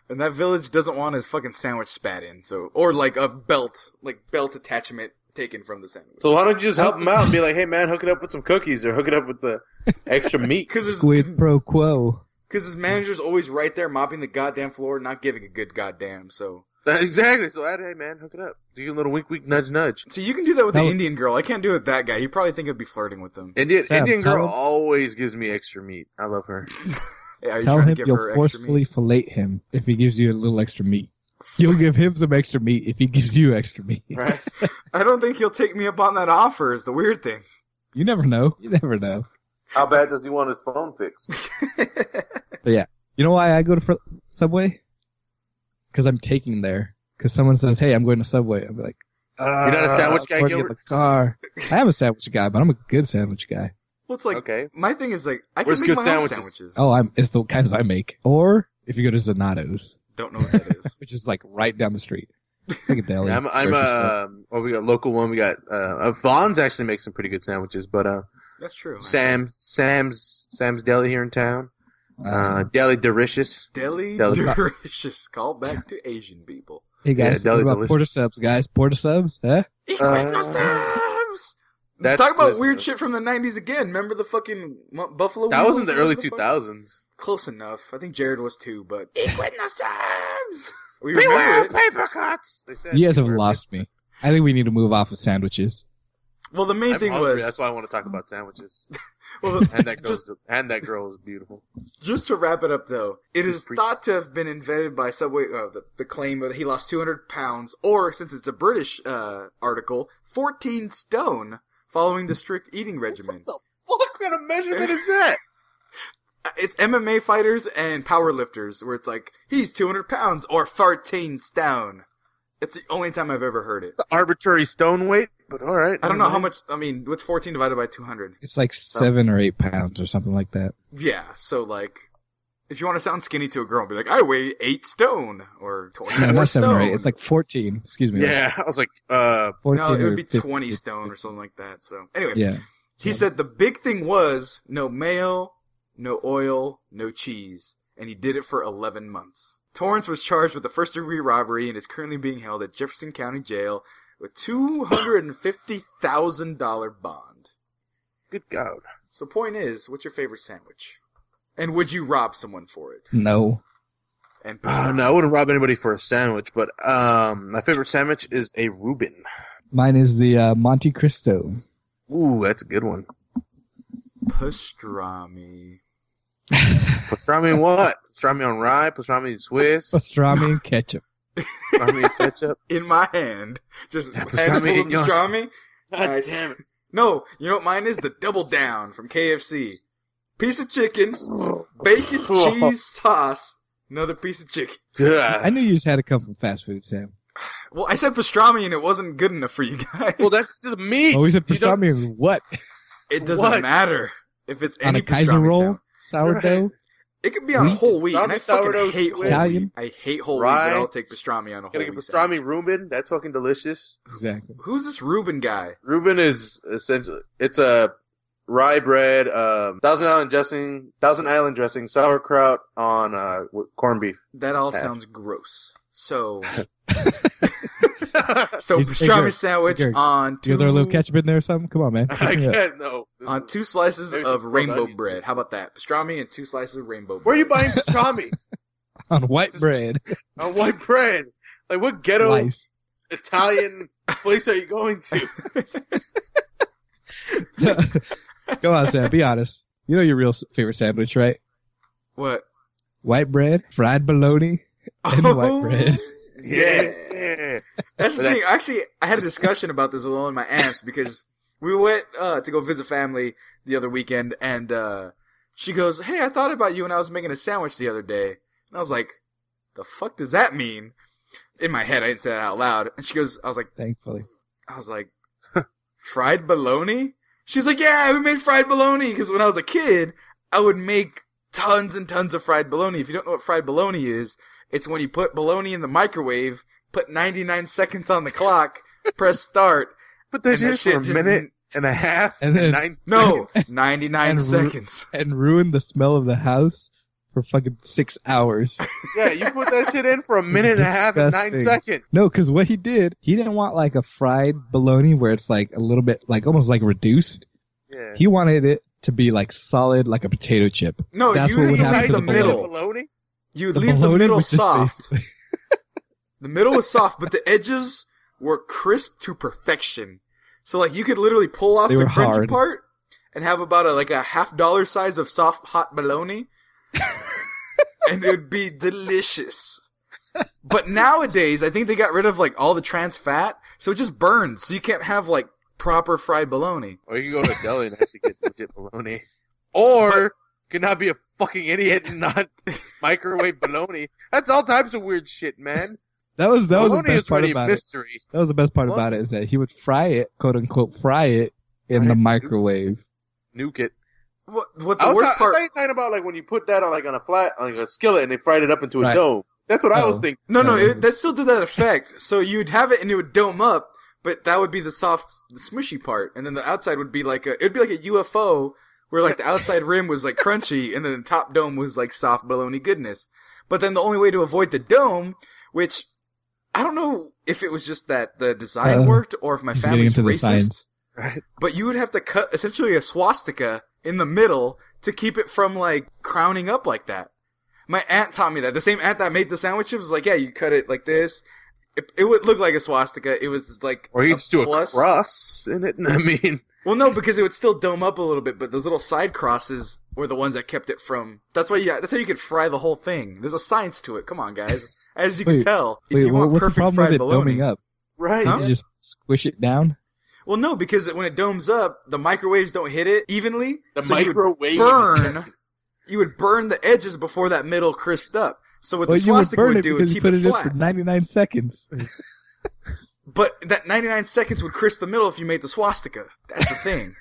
[SPEAKER 1] And that village doesn't want his fucking sandwich spat in. So, or like a belt, like belt attachment taken from the sandwich.
[SPEAKER 2] So why don't you just help him out and be like, "Hey, man, hook it up with some cookies or hook it up with the extra meat."
[SPEAKER 1] Because his,
[SPEAKER 3] Squid pro quo.
[SPEAKER 1] cause his manager's always right there mopping the goddamn floor, not giving a good goddamn. So,
[SPEAKER 2] exactly. So add, "Hey, man, hook it up." Do your little wink, wink, nudge, nudge.
[SPEAKER 1] see, you can do that with
[SPEAKER 3] That
[SPEAKER 1] the
[SPEAKER 3] was-
[SPEAKER 1] Indian girl. I can't do it with that guy. He probably think I'd be flirting with them.
[SPEAKER 2] Indian
[SPEAKER 3] Sam,
[SPEAKER 2] Indian
[SPEAKER 3] tell
[SPEAKER 2] girl
[SPEAKER 3] him-
[SPEAKER 2] always gives me extra meat. I love her.
[SPEAKER 1] Hey, are you
[SPEAKER 3] Tell
[SPEAKER 1] trying
[SPEAKER 3] him
[SPEAKER 1] to give her
[SPEAKER 3] you'll
[SPEAKER 1] extra
[SPEAKER 3] forcefully
[SPEAKER 1] meat?
[SPEAKER 3] fillet him if he gives you a little extra meat. You'll give him some extra meat if he gives you extra meat.
[SPEAKER 2] Right?
[SPEAKER 1] I don't think he'll take me up on that offer. Is the weird thing.
[SPEAKER 3] You never know. You never know.
[SPEAKER 2] How bad does he want his phone fixed?
[SPEAKER 3] You know why I go to fr- Subway? Because I'm taking there. Because someone says, "Hey, I'm going to Subway." I'm like, "Ah,
[SPEAKER 2] You're not a sandwich guy,
[SPEAKER 3] "I'm working at
[SPEAKER 2] Gilbert.
[SPEAKER 3] the car." I am a sandwich guy, but I'm a good sandwich guy.
[SPEAKER 1] well, it's like
[SPEAKER 2] okay.
[SPEAKER 1] my thing is like I can
[SPEAKER 2] Where's
[SPEAKER 1] make
[SPEAKER 2] good
[SPEAKER 1] my
[SPEAKER 2] sandwiches?
[SPEAKER 1] own sandwiches.
[SPEAKER 3] Oh, I'm it's the kinds I make. Or if you go to Zanato's,
[SPEAKER 1] Don't know what that is.
[SPEAKER 3] which is like right down the street, like a deli.
[SPEAKER 2] Yeah, I'm, I'm
[SPEAKER 3] grocery store.
[SPEAKER 2] uh, well, we got local one. We got uh, uh, Vaughn's actually makes some pretty good sandwiches, but uh,
[SPEAKER 1] That's true.
[SPEAKER 2] Sam Sam's Sam's Deli here in town.
[SPEAKER 3] Uh,
[SPEAKER 2] Uh, Deli Delicious.
[SPEAKER 1] Deli
[SPEAKER 2] Deli-
[SPEAKER 1] delicious. Call back to Asian people.
[SPEAKER 3] hey
[SPEAKER 2] yeah,
[SPEAKER 3] guys,
[SPEAKER 2] deli
[SPEAKER 3] what about
[SPEAKER 2] delicious.
[SPEAKER 3] porta subs, guys? Porta subs, huh?
[SPEAKER 1] Equinox
[SPEAKER 2] Uh,
[SPEAKER 1] times.
[SPEAKER 2] that's
[SPEAKER 1] Talk about
[SPEAKER 2] Christmas.
[SPEAKER 1] weird shit from the '90s again. Remember the fucking mu- Buffalo?
[SPEAKER 2] That was in
[SPEAKER 1] Wings
[SPEAKER 2] the
[SPEAKER 1] or
[SPEAKER 2] early
[SPEAKER 1] whatever fuck?
[SPEAKER 2] 2000s.
[SPEAKER 1] Close enough. I think Jared was too, but Equinox times. We
[SPEAKER 2] Beware
[SPEAKER 1] remember it.
[SPEAKER 2] of paper cuts. They said
[SPEAKER 3] You guys have
[SPEAKER 2] beware of
[SPEAKER 3] lost me. I think we need to move off of sandwiches.
[SPEAKER 1] Well, the main
[SPEAKER 2] I'm
[SPEAKER 1] thing
[SPEAKER 2] hungry.
[SPEAKER 1] was
[SPEAKER 2] That's why I want to talk about sandwiches.
[SPEAKER 1] well,
[SPEAKER 2] And that girl's
[SPEAKER 1] just
[SPEAKER 2] and that girl is beautiful.
[SPEAKER 1] just to wrap it up though, it is
[SPEAKER 2] Pre-
[SPEAKER 1] thought to have been invented by Subway. Uh, the, the claim that he lost 200 pounds, or since it's a British uh, article, 14 stone following the strict eating regimen.
[SPEAKER 2] What kind of measurement is that?
[SPEAKER 1] Uh, It's MMA fighters and powerlifters where it's like he's 200 pounds or 14 stone. It's the only time I've ever heard it.
[SPEAKER 2] Arbitrary stone weight, but all right.
[SPEAKER 1] I don't know how much. I mean, what's 14 divided by 200?
[SPEAKER 3] It's like seven or eight pounds or something like that.
[SPEAKER 1] Yeah, so like, if you want to sound skinny to a girl, be like, I weigh eight stone or 24
[SPEAKER 3] No, not
[SPEAKER 1] stone.
[SPEAKER 3] seven or eight. It's like fourteen. Excuse me. like
[SPEAKER 2] Yeah, I was like, uh,
[SPEAKER 3] fourteen.
[SPEAKER 1] no, it
[SPEAKER 3] or
[SPEAKER 1] would be
[SPEAKER 3] 15.
[SPEAKER 1] 20 stone or something like that. So anyway,
[SPEAKER 3] Yeah.
[SPEAKER 1] he said the big thing was no mayo, no oil, no cheese, and he did it for 11 months. Torrance was charged with a first degree robbery and is currently being held at Jefferson County Jail with $250,000 bond.
[SPEAKER 2] good God.
[SPEAKER 1] So, point is, what's your favorite sandwich? And would you rob someone for it?
[SPEAKER 3] No.
[SPEAKER 1] And
[SPEAKER 2] Uh, no, I wouldn't rob anybody for a sandwich, but um, my favorite sandwich is a Reuben.
[SPEAKER 3] Mine is the uh, Monte Cristo.
[SPEAKER 2] Ooh, that's a good one.
[SPEAKER 1] pastrami.
[SPEAKER 2] Pastrami and what? Pastrami on rye, pastrami and Swiss,
[SPEAKER 3] Pastrami and ketchup.
[SPEAKER 2] pastrami and ketchup.
[SPEAKER 1] In my hand. Just
[SPEAKER 2] Yeah,
[SPEAKER 1] handful
[SPEAKER 2] pastrami
[SPEAKER 1] of
[SPEAKER 2] in your-
[SPEAKER 1] pastrami.
[SPEAKER 2] God
[SPEAKER 1] Nice.
[SPEAKER 2] damn it.
[SPEAKER 1] No, you know what mine is? The double down from KFC. Piece of chicken, bacon, cheese, sauce, another piece of chicken.
[SPEAKER 3] I
[SPEAKER 2] Ugh.
[SPEAKER 3] knew you just had to come from fast food, Sam.
[SPEAKER 1] Well, I said pastrami and it wasn't good enough for you guys.
[SPEAKER 2] Well, that's just meat.
[SPEAKER 1] Oh,
[SPEAKER 3] Always a
[SPEAKER 2] You don't-
[SPEAKER 3] pastrami is what
[SPEAKER 1] it doesn't
[SPEAKER 2] what?
[SPEAKER 1] matter if it's
[SPEAKER 3] on
[SPEAKER 1] any
[SPEAKER 3] a Kaiser
[SPEAKER 1] pastrami
[SPEAKER 3] roll,
[SPEAKER 1] sound.
[SPEAKER 3] sourdough.
[SPEAKER 1] It could be on a
[SPEAKER 3] Wheat?
[SPEAKER 1] whole wheat. And I fucking
[SPEAKER 2] Zombie sourdough
[SPEAKER 1] hate whole
[SPEAKER 2] swiss.
[SPEAKER 1] wheat.
[SPEAKER 3] Italian?
[SPEAKER 1] I hate whole wheat,
[SPEAKER 2] Rye.
[SPEAKER 1] but I'll take pastrami on a whole
[SPEAKER 2] Gotta get
[SPEAKER 1] wheat.
[SPEAKER 2] pastrami
[SPEAKER 1] sandwich.
[SPEAKER 2] Reuben. That's fucking delicious.
[SPEAKER 3] Exactly.
[SPEAKER 1] Who's this Reuben guy?
[SPEAKER 2] Reuben is essentially it's a rye bread, um, Thousand Island dressing, Thousand Island dressing, sauerkraut on uh, with corned beef.
[SPEAKER 1] That all
[SPEAKER 2] Yeah.
[SPEAKER 1] sounds gross. So,
[SPEAKER 2] I
[SPEAKER 1] so
[SPEAKER 3] He's- hey,
[SPEAKER 1] pastrami
[SPEAKER 3] Gert,
[SPEAKER 1] sandwich
[SPEAKER 3] Gert,
[SPEAKER 1] on
[SPEAKER 3] Do you
[SPEAKER 1] two,
[SPEAKER 3] have a little ketchup in there or something? Come on, man. Yeah.
[SPEAKER 2] can't know. This
[SPEAKER 1] on
[SPEAKER 2] is-
[SPEAKER 1] Uh, two slices
[SPEAKER 2] There's
[SPEAKER 1] of
[SPEAKER 2] some
[SPEAKER 1] rainbow
[SPEAKER 2] onions.
[SPEAKER 1] bread. How about that? Pastrami and two slices of rainbow bread.
[SPEAKER 2] Where are you buying pastrami
[SPEAKER 3] On white bread.
[SPEAKER 2] on white bread? Like what ghetto
[SPEAKER 3] Slice.
[SPEAKER 2] Italian place are you going to?
[SPEAKER 3] Come on, Sam. Be honest. You know your real s- favorite sandwich, right?
[SPEAKER 1] What?
[SPEAKER 3] White bread, fried bologna, and white bread.
[SPEAKER 2] Yeah.
[SPEAKER 1] That's the
[SPEAKER 2] But
[SPEAKER 1] thing.
[SPEAKER 2] that's-
[SPEAKER 1] Actually, I had a discussion about this with one of my aunts because we went uh, to go visit family the other weekend, and uh, she goes, "Hey, I thought about you when I was making a sandwich the other day," and I was like, "The fuck does that mean?" In my head, I didn't say that out loud, and she goes, "I was like,
[SPEAKER 3] Thankfully.
[SPEAKER 1] I was like, fried bologna." She's like, "Yeah, we made fried bologna because when I was a kid, I would make tons and tons of fried bologna. If you don't know what fried bologna is, it's when you put bologna in the microwave, put 99 seconds on the clock, press start.
[SPEAKER 2] Put that
[SPEAKER 1] And that
[SPEAKER 2] shit for a
[SPEAKER 1] shit just-
[SPEAKER 2] minute and a half and
[SPEAKER 3] And then-
[SPEAKER 2] nine
[SPEAKER 1] No,
[SPEAKER 2] seconds.
[SPEAKER 1] 99
[SPEAKER 3] And ru-
[SPEAKER 1] seconds.
[SPEAKER 3] And ruin the smell of the house for fucking six hours.
[SPEAKER 2] Yeah, you put that shit in for a minute and a half and nine
[SPEAKER 3] Disgusting.
[SPEAKER 2] seconds.
[SPEAKER 3] No, because what he did, he didn't want like a fried bologna where it's like a little bit, like almost like reduced.
[SPEAKER 2] Yeah.
[SPEAKER 3] He wanted it to be like solid, like a potato chip.
[SPEAKER 1] No,
[SPEAKER 3] That's
[SPEAKER 1] you
[SPEAKER 3] what would
[SPEAKER 1] leave
[SPEAKER 3] happen
[SPEAKER 1] like
[SPEAKER 3] to
[SPEAKER 1] the
[SPEAKER 3] the bologna.
[SPEAKER 1] middle.
[SPEAKER 2] Bologna?
[SPEAKER 1] You
[SPEAKER 3] The
[SPEAKER 1] leave the
[SPEAKER 3] bologna
[SPEAKER 1] middle
[SPEAKER 3] was just
[SPEAKER 1] soft.
[SPEAKER 3] basically-
[SPEAKER 1] The middle was soft, but the edges were crisp to perfection. So like you could literally pull off
[SPEAKER 3] They
[SPEAKER 1] the
[SPEAKER 3] were
[SPEAKER 1] crunchy
[SPEAKER 3] hard.
[SPEAKER 1] part and have about a like a half dollar size of soft hot bologna. and it would be delicious. But nowadays, I think they got rid of like all the trans fat, so it just burns. So you can't have like proper fried bologna.
[SPEAKER 2] Or you can go to a deli and actually get legit bologna. Or you could not be a fucking idiot and not microwave bologna. That's all types of weird shit, man.
[SPEAKER 3] That was that was the
[SPEAKER 2] bologna
[SPEAKER 3] best
[SPEAKER 2] is
[SPEAKER 3] part
[SPEAKER 2] really a
[SPEAKER 3] about it.
[SPEAKER 2] mystery.
[SPEAKER 3] That was the best part
[SPEAKER 2] What?
[SPEAKER 3] about it is that he would fry it, quote unquote, fry it in the microwave.
[SPEAKER 2] Nuke it.
[SPEAKER 1] What, what
[SPEAKER 2] I
[SPEAKER 1] the
[SPEAKER 2] was
[SPEAKER 1] worst
[SPEAKER 2] ta-
[SPEAKER 1] part?
[SPEAKER 2] I thought you were talking about like when you put that on like on a flat on like, a skillet and they fried it up into a
[SPEAKER 3] Right.
[SPEAKER 2] dome. That's what I was
[SPEAKER 3] Oh.
[SPEAKER 2] thinking.
[SPEAKER 1] No, no,
[SPEAKER 3] No.
[SPEAKER 1] it, that still did that effect. So you'd have it and it would dome up, but that would be the soft, the smushy part, and then the outside would be like a, it'd be like a UFO where like the outside rim was like crunchy, and then the top dome was like soft bologna goodness. But then the only way to avoid the dome, which I don't know if it was just that the design
[SPEAKER 3] Uh,
[SPEAKER 1] worked or if my
[SPEAKER 3] He's getting
[SPEAKER 1] family's
[SPEAKER 3] into the
[SPEAKER 1] racist,
[SPEAKER 3] science.
[SPEAKER 2] Right.
[SPEAKER 1] but you would have to cut essentially a swastika in the middle to keep it from like crowning up like that. My aunt taught me that. The same aunt that made the sandwiches was like, yeah, you cut it like this. It, it would look like a swastika. It was like,
[SPEAKER 2] Or you just do
[SPEAKER 1] plus.
[SPEAKER 2] a cross in it. I mean,
[SPEAKER 1] well, no, because it would still dome up a little bit, but those little side crosses were the ones that kept it from. That's why, yeah, that's how you could fry the whole thing. There's a science to it. Come on, guys. As you can
[SPEAKER 3] Wait,
[SPEAKER 1] tell, if
[SPEAKER 3] Wait,
[SPEAKER 1] you
[SPEAKER 3] wha-
[SPEAKER 1] want
[SPEAKER 3] what's the
[SPEAKER 1] perfect
[SPEAKER 3] problem
[SPEAKER 1] fried
[SPEAKER 3] with it
[SPEAKER 1] bologna,
[SPEAKER 3] doming up?
[SPEAKER 2] right?
[SPEAKER 1] Huh?
[SPEAKER 3] Did you just squish it down?
[SPEAKER 1] Well, no, because when it domes up, the microwaves don't hit it evenly.
[SPEAKER 2] The
[SPEAKER 1] so you would
[SPEAKER 2] microwave
[SPEAKER 1] burn. you would burn the edges before that middle crisped up. So what
[SPEAKER 3] Well,
[SPEAKER 1] the
[SPEAKER 3] you would
[SPEAKER 1] swastika
[SPEAKER 3] burn
[SPEAKER 1] would,
[SPEAKER 3] it
[SPEAKER 1] do would
[SPEAKER 3] because you
[SPEAKER 1] keep
[SPEAKER 3] put
[SPEAKER 1] it
[SPEAKER 3] it in for
[SPEAKER 1] flat.
[SPEAKER 3] 99 seconds.
[SPEAKER 1] But that 99 seconds would crisp the middle if you made the swastika. That's the thing.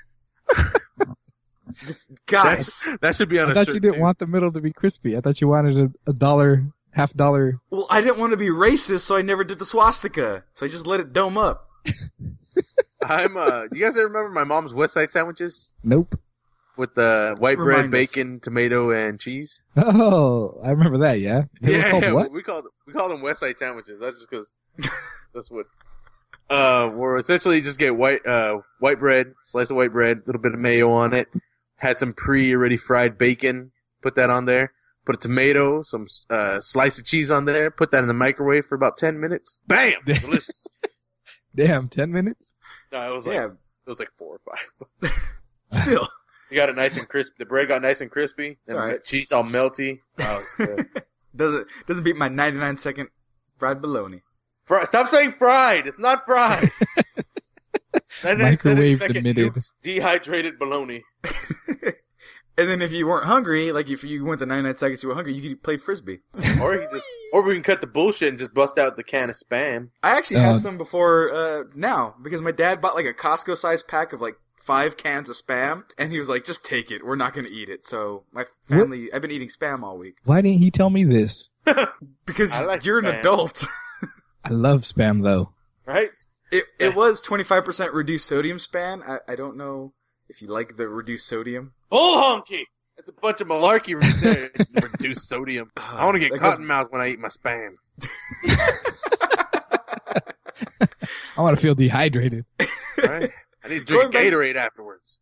[SPEAKER 1] This- guys,
[SPEAKER 2] That should be on a
[SPEAKER 3] I thought
[SPEAKER 2] shirt,
[SPEAKER 3] you didn't
[SPEAKER 2] too.
[SPEAKER 3] want the middle to be crispy. I thought you wanted a, a dollar, half dollar.
[SPEAKER 1] well, I didn't want to be racist, so I never did the swastika. So I just let it dome up.
[SPEAKER 2] I'm uh you guys ever remember my mom's West Side sandwiches
[SPEAKER 3] Nope.
[SPEAKER 2] with the white bread,
[SPEAKER 1] Remind us.
[SPEAKER 2] bacon, tomato and cheese?
[SPEAKER 3] Oh, I remember that. Yeah. They were called what?
[SPEAKER 2] we called we call them West Side sandwiches. That's just cuz that's what uh we're essentially you just get white uh white bread, slice of white bread, a little bit of mayo on it, had some pre-already fried bacon, put that on there. Put a tomato, some uh, slice of cheese on there. Put that in the microwave for about ten minutes. Bam, delicious.
[SPEAKER 3] Damn, 10 minutes.
[SPEAKER 2] no, it was like
[SPEAKER 1] Yeah,
[SPEAKER 2] it was like four or five.
[SPEAKER 1] still.
[SPEAKER 2] You got it nice and crispy. The bread got nice and crispy.
[SPEAKER 1] It's all right.
[SPEAKER 2] The cheese all melty. Oh, it's good.
[SPEAKER 1] Doesn't doesn't beat my 99 second fried bologna.
[SPEAKER 2] Fri- Stop saying fried. It's not fried.
[SPEAKER 3] Microwave admitted.
[SPEAKER 2] Dehydrated bologna.
[SPEAKER 1] And then if you weren't hungry, like if you went the 99 seconds you were hungry, you could play frisbee.
[SPEAKER 2] Or you just, or we can cut the bullshit and just bust out the can of spam.
[SPEAKER 1] I actually
[SPEAKER 3] Uh,
[SPEAKER 1] had some before uh, now because my dad bought like a Costco sized pack of like five cans of spam, and he was like, "Just take it. We're not gonna eat it." So my family, I've been eating spam all week
[SPEAKER 3] Why didn't he tell me this?
[SPEAKER 1] because
[SPEAKER 2] I like
[SPEAKER 1] you're an
[SPEAKER 2] Spam.
[SPEAKER 1] adult.
[SPEAKER 3] I love spam though.
[SPEAKER 2] right?
[SPEAKER 1] It it was 25% reduced sodium spam. I, I don't know if you like the reduced sodium.
[SPEAKER 2] Bull honky. That's a bunch of malarkey right there. Reduce sodium. I want to get
[SPEAKER 1] Ah, That goes-
[SPEAKER 2] cotton mouth when I eat my spam.
[SPEAKER 3] I want to feel dehydrated.
[SPEAKER 2] Right? I need to drink
[SPEAKER 1] Going back-
[SPEAKER 2] Gatorade afterwards.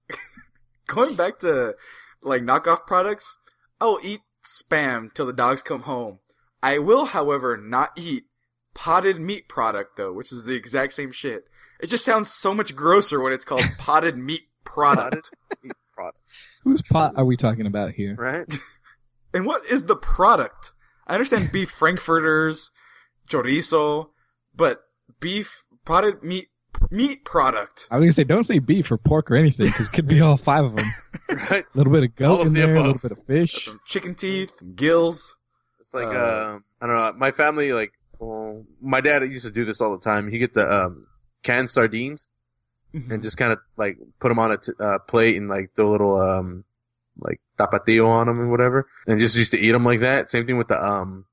[SPEAKER 1] Going back to like knockoff products, I'll eat spam till the dogs come home. I will, however, not eat potted meat product though, which is the exact same shit. It just sounds so much grosser when it's called potted meat product.
[SPEAKER 2] Eat product,
[SPEAKER 3] Whose pot are we talking about here?
[SPEAKER 2] Right?
[SPEAKER 1] and what is the product? I understand beef frankfurters, chorizo, but beef potted meat meat product.
[SPEAKER 3] I was gonna say, don't say beef or pork or anything, because it could be all five of them.
[SPEAKER 2] Right?
[SPEAKER 3] A little bit of
[SPEAKER 2] All
[SPEAKER 3] goat
[SPEAKER 2] of
[SPEAKER 3] in
[SPEAKER 2] the
[SPEAKER 3] there, a
[SPEAKER 2] above.
[SPEAKER 3] little bit of fish.
[SPEAKER 1] Some chicken teeth, gills.
[SPEAKER 2] It's like
[SPEAKER 1] Uh,
[SPEAKER 2] um, I don't know. My family like well, my dad used to do this all the time. He get the um, canned sardines and just kind of like put them on a t- uh, plate and like throw a little um like tapatio on them and whatever, and just used to eat them like that. Same thing with the um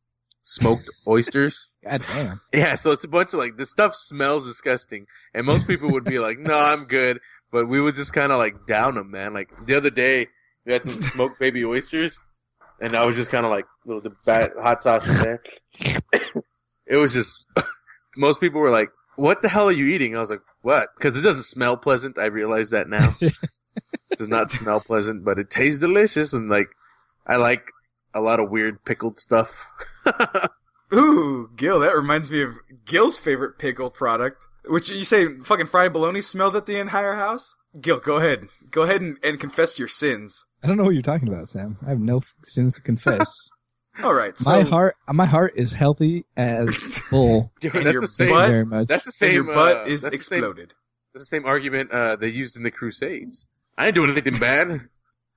[SPEAKER 2] smoked oysters.
[SPEAKER 3] God damn.
[SPEAKER 2] Yeah, so it's a bunch of like this stuff smells disgusting, and most people would be like, "No, I'm good," but we would just kind of like down them, man. Like the other day, we had some smoked baby oysters, and I was just kind of like little the bat, hot sauce in there. it was just most people were like, "What the hell are you eating?" I was like, "What?" Because it doesn't smell pleasant. I realize that now. it does not smell pleasant, but it tastes delicious, and like I like a lot of weird pickled stuff.
[SPEAKER 1] Ooh, Gil, that reminds me of Gil's favorite pickle product, which you say fucking fried bologna smelled at the entire house? Gil, go ahead. Go ahead and, and confess your sins.
[SPEAKER 3] I don't know what you're talking about, Sam. I have no f- sins to confess.
[SPEAKER 1] All right, so
[SPEAKER 3] my heart, my heart is healthy as bull.
[SPEAKER 2] Dude,
[SPEAKER 1] And
[SPEAKER 2] that's
[SPEAKER 1] your
[SPEAKER 2] the same.
[SPEAKER 3] Thank you
[SPEAKER 1] But-
[SPEAKER 3] very much.
[SPEAKER 2] That's the same.
[SPEAKER 1] and your butt
[SPEAKER 2] uh,
[SPEAKER 1] is
[SPEAKER 2] that's the same-
[SPEAKER 1] exploded.
[SPEAKER 2] that's the same argument uh, they used in the Crusades. I ain't doing anything bad.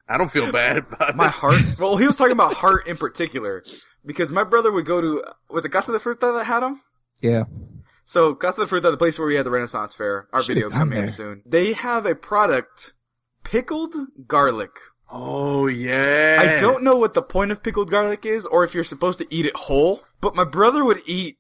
[SPEAKER 2] I don't feel bad about
[SPEAKER 1] My
[SPEAKER 2] it.
[SPEAKER 1] heart. Well, he was talking about heart in particular because my brother would go to was it Casa de Fruta that had them?
[SPEAKER 3] yeah.
[SPEAKER 1] So Casa de Fruta, the place where we had the Renaissance Fair, our
[SPEAKER 3] Should've
[SPEAKER 1] video
[SPEAKER 3] gone
[SPEAKER 1] coming
[SPEAKER 3] there.
[SPEAKER 1] up soon. They have a product, pickled garlic.
[SPEAKER 2] Oh yeah.
[SPEAKER 1] I don't know what the point of pickled garlic is or if you're supposed to eat it whole, but my brother would eat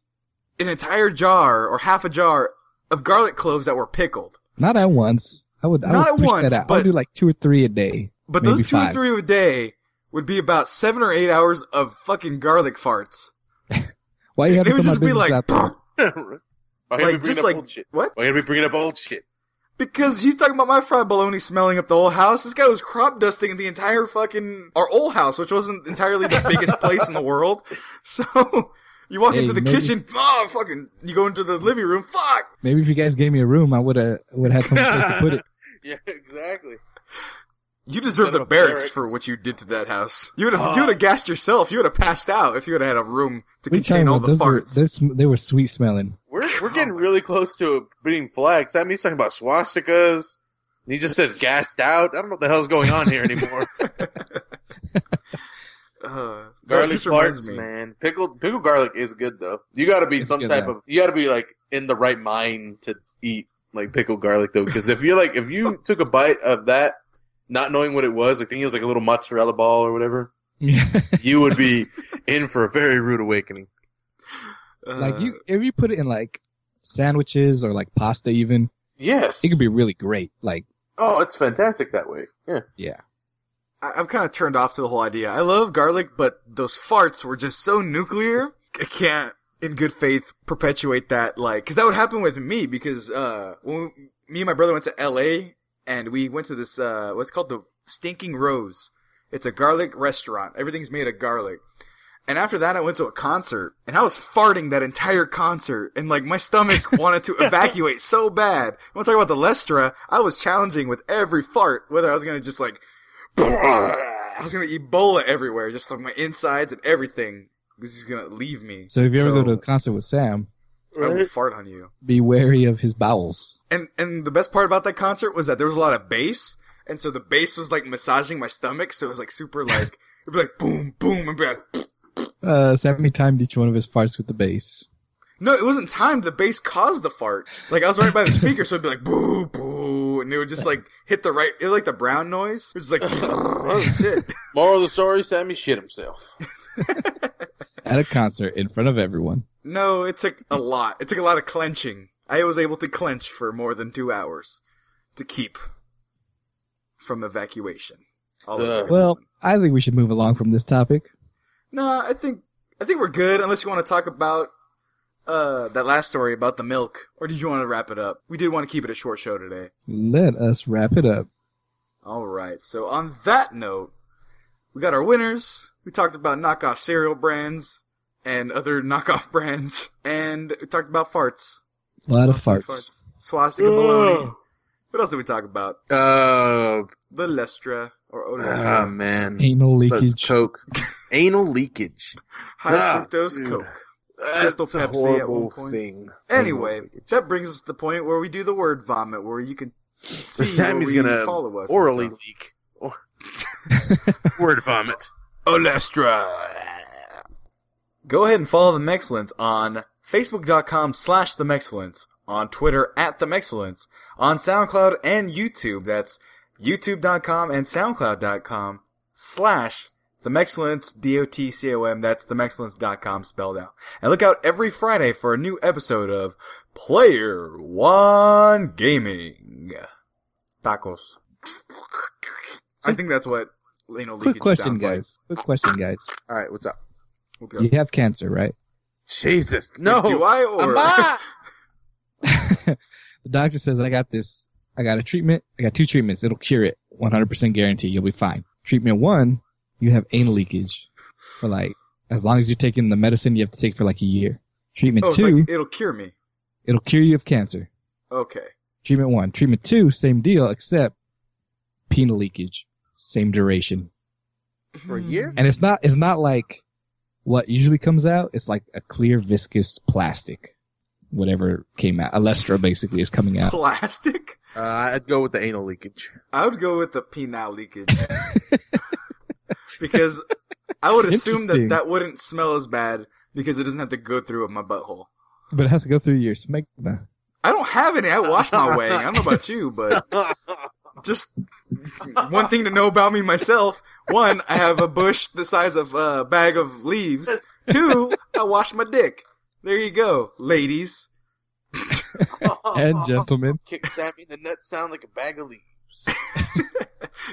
[SPEAKER 1] an entire jar or half a jar of garlic cloves that were pickled.
[SPEAKER 3] Not at once. I would. I
[SPEAKER 1] Not
[SPEAKER 3] would
[SPEAKER 1] at
[SPEAKER 3] push
[SPEAKER 1] once,
[SPEAKER 3] that out. I
[SPEAKER 1] but-
[SPEAKER 3] would do like two or three a day.
[SPEAKER 1] But
[SPEAKER 3] maybe
[SPEAKER 1] those two
[SPEAKER 3] five.
[SPEAKER 1] or three a day would be about seven or eight hours of fucking garlic farts.
[SPEAKER 3] Why you have
[SPEAKER 1] it
[SPEAKER 3] to
[SPEAKER 1] would
[SPEAKER 3] put my
[SPEAKER 1] just be
[SPEAKER 3] business
[SPEAKER 1] like,
[SPEAKER 3] out there?
[SPEAKER 2] Why gotta be
[SPEAKER 1] like
[SPEAKER 2] bringing
[SPEAKER 1] just
[SPEAKER 2] up
[SPEAKER 1] like
[SPEAKER 2] old shit?
[SPEAKER 1] what?
[SPEAKER 2] Why gotta be bringing up old shit?
[SPEAKER 1] Because he's talking about my fried bologna smelling up the whole house. This guy was crop dusting the entire fucking our old house, which wasn't entirely the biggest place in the world. So you walk
[SPEAKER 3] Hey,
[SPEAKER 1] into the
[SPEAKER 3] maybe-
[SPEAKER 1] kitchen, oh fucking! You go into the living room, fuck.
[SPEAKER 3] Maybe if you guys gave me a room, I would have would have some place to put it.
[SPEAKER 2] Yeah, exactly.
[SPEAKER 1] You deserve
[SPEAKER 2] Son
[SPEAKER 1] the
[SPEAKER 2] of a
[SPEAKER 1] barracks,
[SPEAKER 2] barracks.
[SPEAKER 1] for what you did to that house. You would have
[SPEAKER 2] Ah.
[SPEAKER 1] you would have gassed yourself. You would have passed out if you would have had a room to
[SPEAKER 3] What are you talking
[SPEAKER 1] contain all
[SPEAKER 3] about?
[SPEAKER 1] the
[SPEAKER 3] Those were,
[SPEAKER 1] farts.
[SPEAKER 3] those sm- they were sweet smelling.
[SPEAKER 2] We're we're getting really close to being flags. That means talking about swastikas. And he just says gassed out. I don't know what the hell's going on here anymore.
[SPEAKER 1] Uh, that
[SPEAKER 2] garlic
[SPEAKER 1] just reminds
[SPEAKER 2] farts,
[SPEAKER 1] me.
[SPEAKER 2] man. Pickled pickled garlic is good though. You got to be
[SPEAKER 3] It's
[SPEAKER 2] some
[SPEAKER 3] good,
[SPEAKER 2] type
[SPEAKER 3] though.
[SPEAKER 2] of you got to be like in the right mind to eat like pickled garlic though, because if you're like if you took a bite of that, not knowing what it was, like thinking it was like a little mozzarella ball or whatever, you would be in for a very rude awakening.
[SPEAKER 1] Uh,
[SPEAKER 3] like you, if you put it in like sandwiches or like pasta, even
[SPEAKER 2] Yes.
[SPEAKER 3] it could be really great. Like
[SPEAKER 2] oh, it's fantastic that way. Yeah.
[SPEAKER 3] yeah,
[SPEAKER 1] I, I'm kind of turned off to the whole idea. I love garlic, but those farts were just so nuclear. I can't, in good faith, perpetuate that. Like, because that would happen with me. Because uh, when we, me and my brother went to L.A. and we went to this uh, what's called the Stinking Rose. It's a garlic restaurant. Everything's made of garlic. And after that, I went to a concert, and I was farting that entire concert, and like my stomach wanted to evacuate so bad. When I talk about the Lestra, I was challenging with every fart whether I was gonna just like, I was gonna Ebola everywhere, just like my insides and everything. It was just gonna leave me.
[SPEAKER 3] so if you ever go to a concert with Sam,
[SPEAKER 1] I will fart on you.
[SPEAKER 3] be wary of his bowels.
[SPEAKER 1] And and the best part about that concert was that there was a lot of bass, and so the bass was like massaging my stomach, so it was like super like it'd be like boom boom and be like.
[SPEAKER 3] Uh, Sammy timed each one of his farts with the bass.
[SPEAKER 1] No, it wasn't timed. The bass caused the fart. Like I was right by the speaker, so it'd be like boo boo, and it would just like hit the right. It was like the brown noise. It was just like oh shit.
[SPEAKER 2] Moral of the story: Sammy shit himself.
[SPEAKER 3] at a concert in front of everyone.
[SPEAKER 1] No, it took a lot. It took a lot of clenching. I was able to clench for more than two hours to keep from evacuation. All over
[SPEAKER 2] Ugh.
[SPEAKER 1] everyone.
[SPEAKER 3] Well, I think we should move along from this topic.
[SPEAKER 1] No, I think I think we're good unless you want to talk about uh that last story about the milk. Or did you want to wrap it up? We did want to keep it a short show today.
[SPEAKER 3] Let us wrap it up.
[SPEAKER 1] Alright, so on that note, we got our winners. We talked about knockoff cereal brands and other knockoff brands. And we talked about farts.
[SPEAKER 3] A lot of
[SPEAKER 1] Farts.
[SPEAKER 3] farts.
[SPEAKER 1] Swastika baloney. What else did we talk about?
[SPEAKER 2] Uh,
[SPEAKER 1] The Lestra or
[SPEAKER 2] ah,
[SPEAKER 1] Olestra.
[SPEAKER 2] man.
[SPEAKER 3] Anal
[SPEAKER 2] But
[SPEAKER 3] leakage.
[SPEAKER 2] Coke. Anal leakage.
[SPEAKER 1] High
[SPEAKER 2] ah,
[SPEAKER 1] fructose
[SPEAKER 2] dude.
[SPEAKER 1] Coke.
[SPEAKER 2] That's
[SPEAKER 1] Crystal
[SPEAKER 2] a
[SPEAKER 1] Pepsi at
[SPEAKER 2] horrible
[SPEAKER 1] one point.
[SPEAKER 2] thing.
[SPEAKER 1] Anyway,
[SPEAKER 2] Anal leakage.
[SPEAKER 1] that brings us to the point where we do the word vomit, where you can see
[SPEAKER 2] Sammy's
[SPEAKER 1] where we
[SPEAKER 2] gonna
[SPEAKER 1] follow us. and
[SPEAKER 2] orally
[SPEAKER 1] stuff.
[SPEAKER 2] leak. Or- Word vomit.
[SPEAKER 1] Olestra. Go ahead and follow the Mexcellence on Facebook.com slash the Mexcellence, on Twitter at the Mexcellence, on SoundCloud and YouTube. That's YouTube.com and SoundCloud.com slash the Mexcellence, D-O-T-C-O-M. That's the Mexcellence.com spelled out. And look out every Friday for a new episode of Player One Gaming. Tacos. I think that's what you know,
[SPEAKER 3] Quick
[SPEAKER 1] leakage
[SPEAKER 3] question,
[SPEAKER 1] sounds like.
[SPEAKER 3] guys. Quick question, guys.
[SPEAKER 2] All right, what's up?
[SPEAKER 1] Let's go.
[SPEAKER 3] You have cancer, right?
[SPEAKER 2] Jesus, no.
[SPEAKER 1] Do I or
[SPEAKER 2] Am I?
[SPEAKER 3] The doctor says, I got this. I got a treatment. I got two treatments. It'll cure it. 100% guarantee. You'll be fine. Treatment one, you have anal leakage for like, as long as you're taking the medicine you have to take for like a year. Treatment
[SPEAKER 1] Oh,
[SPEAKER 3] two,
[SPEAKER 1] it's like, it'll cure me.
[SPEAKER 3] it'll cure you of cancer.
[SPEAKER 1] Okay.
[SPEAKER 3] Treatment one. Treatment two, same deal, except penal leakage. Same duration.
[SPEAKER 2] For a year?
[SPEAKER 3] And it's not, it's not like what usually comes out. It's like a clear viscous plastic. Whatever came out. Alestra basically is coming out.
[SPEAKER 1] Plastic?
[SPEAKER 2] Uh, I'd go with the anal leakage.
[SPEAKER 1] I would go with the penile leakage because I would assume that
[SPEAKER 3] Interesting.
[SPEAKER 1] that wouldn't smell as bad because it doesn't have to go through with my butthole.
[SPEAKER 3] But it has to go through your smegma.
[SPEAKER 1] I don't have any. I wash my way. I don't know about you, but just one thing to know about me myself: one, I have a bush the size of a bag of leaves. Two, I wash my dick. There you go, ladies.
[SPEAKER 3] And gentlemen.
[SPEAKER 2] Kick Sammy in the nut sound like a bag of leaves.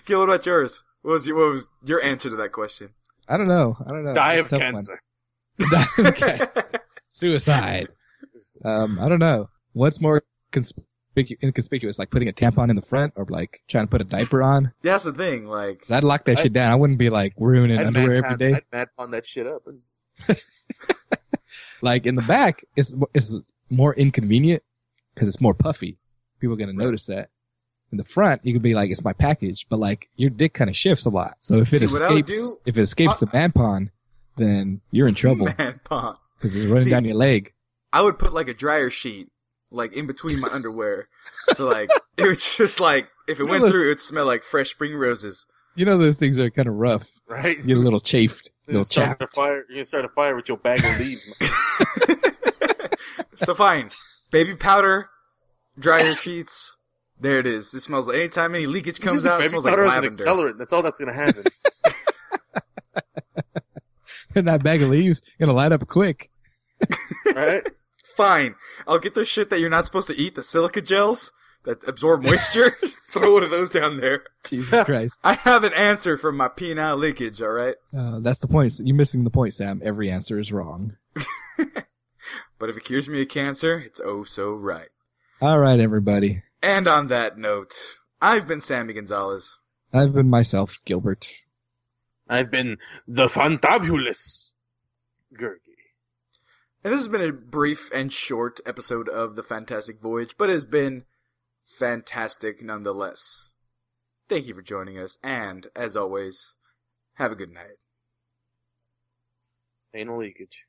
[SPEAKER 1] Gil, what about yours? What was your, what was your answer to that question?
[SPEAKER 3] I don't know. I don't know.
[SPEAKER 2] Die
[SPEAKER 3] It's
[SPEAKER 2] of
[SPEAKER 3] Uh, a tough one.
[SPEAKER 2] cancer.
[SPEAKER 3] Die of cancer. Suicide. Um, I don't know. What's more conspicu- inconspicuous, like putting a tampon in the front or like trying to put a diaper on?
[SPEAKER 1] That's the thing. Like,
[SPEAKER 3] 'Cause I'd lock that shit down. I wouldn't be like ruining
[SPEAKER 2] I'd
[SPEAKER 3] underwear
[SPEAKER 2] mad
[SPEAKER 3] every
[SPEAKER 2] pound-
[SPEAKER 3] day.
[SPEAKER 2] I'd mad pound that shit up. and-
[SPEAKER 3] Like in the back, it's it's more inconvenient because it's more puffy. People are gonna notice that. In the front, you could be like, "It's my package," but like your dick kind of shifts a lot. So if it
[SPEAKER 1] See, what I would
[SPEAKER 3] escapes,
[SPEAKER 1] do-
[SPEAKER 3] if it escapes the tampon, then you're in trouble
[SPEAKER 1] man, punk.
[SPEAKER 3] because it's running
[SPEAKER 1] See-
[SPEAKER 3] down your leg.
[SPEAKER 1] I would put like a dryer sheet like in between my underwear. So like it was just like if it
[SPEAKER 3] No,
[SPEAKER 1] went
[SPEAKER 3] that's-
[SPEAKER 1] through, it'd smell like fresh spring roses.
[SPEAKER 3] You know those things are kind of rough.
[SPEAKER 2] Right?
[SPEAKER 3] You get a little chafed, a
[SPEAKER 2] You're
[SPEAKER 3] little
[SPEAKER 2] gonna start
[SPEAKER 3] chapped.
[SPEAKER 2] a fire. You're gonna start a fire with your bag of leaves. man.
[SPEAKER 1] so fine, baby powder, dryer sheets. There it is. It smells like anytime any leakage comes
[SPEAKER 2] Just
[SPEAKER 1] out, it
[SPEAKER 2] baby
[SPEAKER 1] smells like
[SPEAKER 2] powder as an
[SPEAKER 1] lavender.
[SPEAKER 2] accelerant. That's all that's gonna happen.
[SPEAKER 3] And that bag of leaves gonna light up quick.
[SPEAKER 2] right?
[SPEAKER 1] Fine, I'll get the shit that you're not supposed to eat, the silica gels that absorb moisture. Throw one of those down there.
[SPEAKER 3] Jesus Christ!
[SPEAKER 1] I have an answer for my penile leakage. All right,
[SPEAKER 3] Uh, that's the point. You're missing the point, Sam. Every answer is wrong.
[SPEAKER 1] but if it cures me of cancer, it's oh so right.
[SPEAKER 3] All right, everybody.
[SPEAKER 1] And on that note, I've been Sammy Gonzalez.
[SPEAKER 3] I've been myself, Gilbert.
[SPEAKER 2] I've been the fantabulous Gurgi.
[SPEAKER 1] And this has been a brief and short episode of The Fantastic Voyage, but it has been fantastic nonetheless. Thank you for joining us, and as always, have a good night.
[SPEAKER 2] Anal leakage.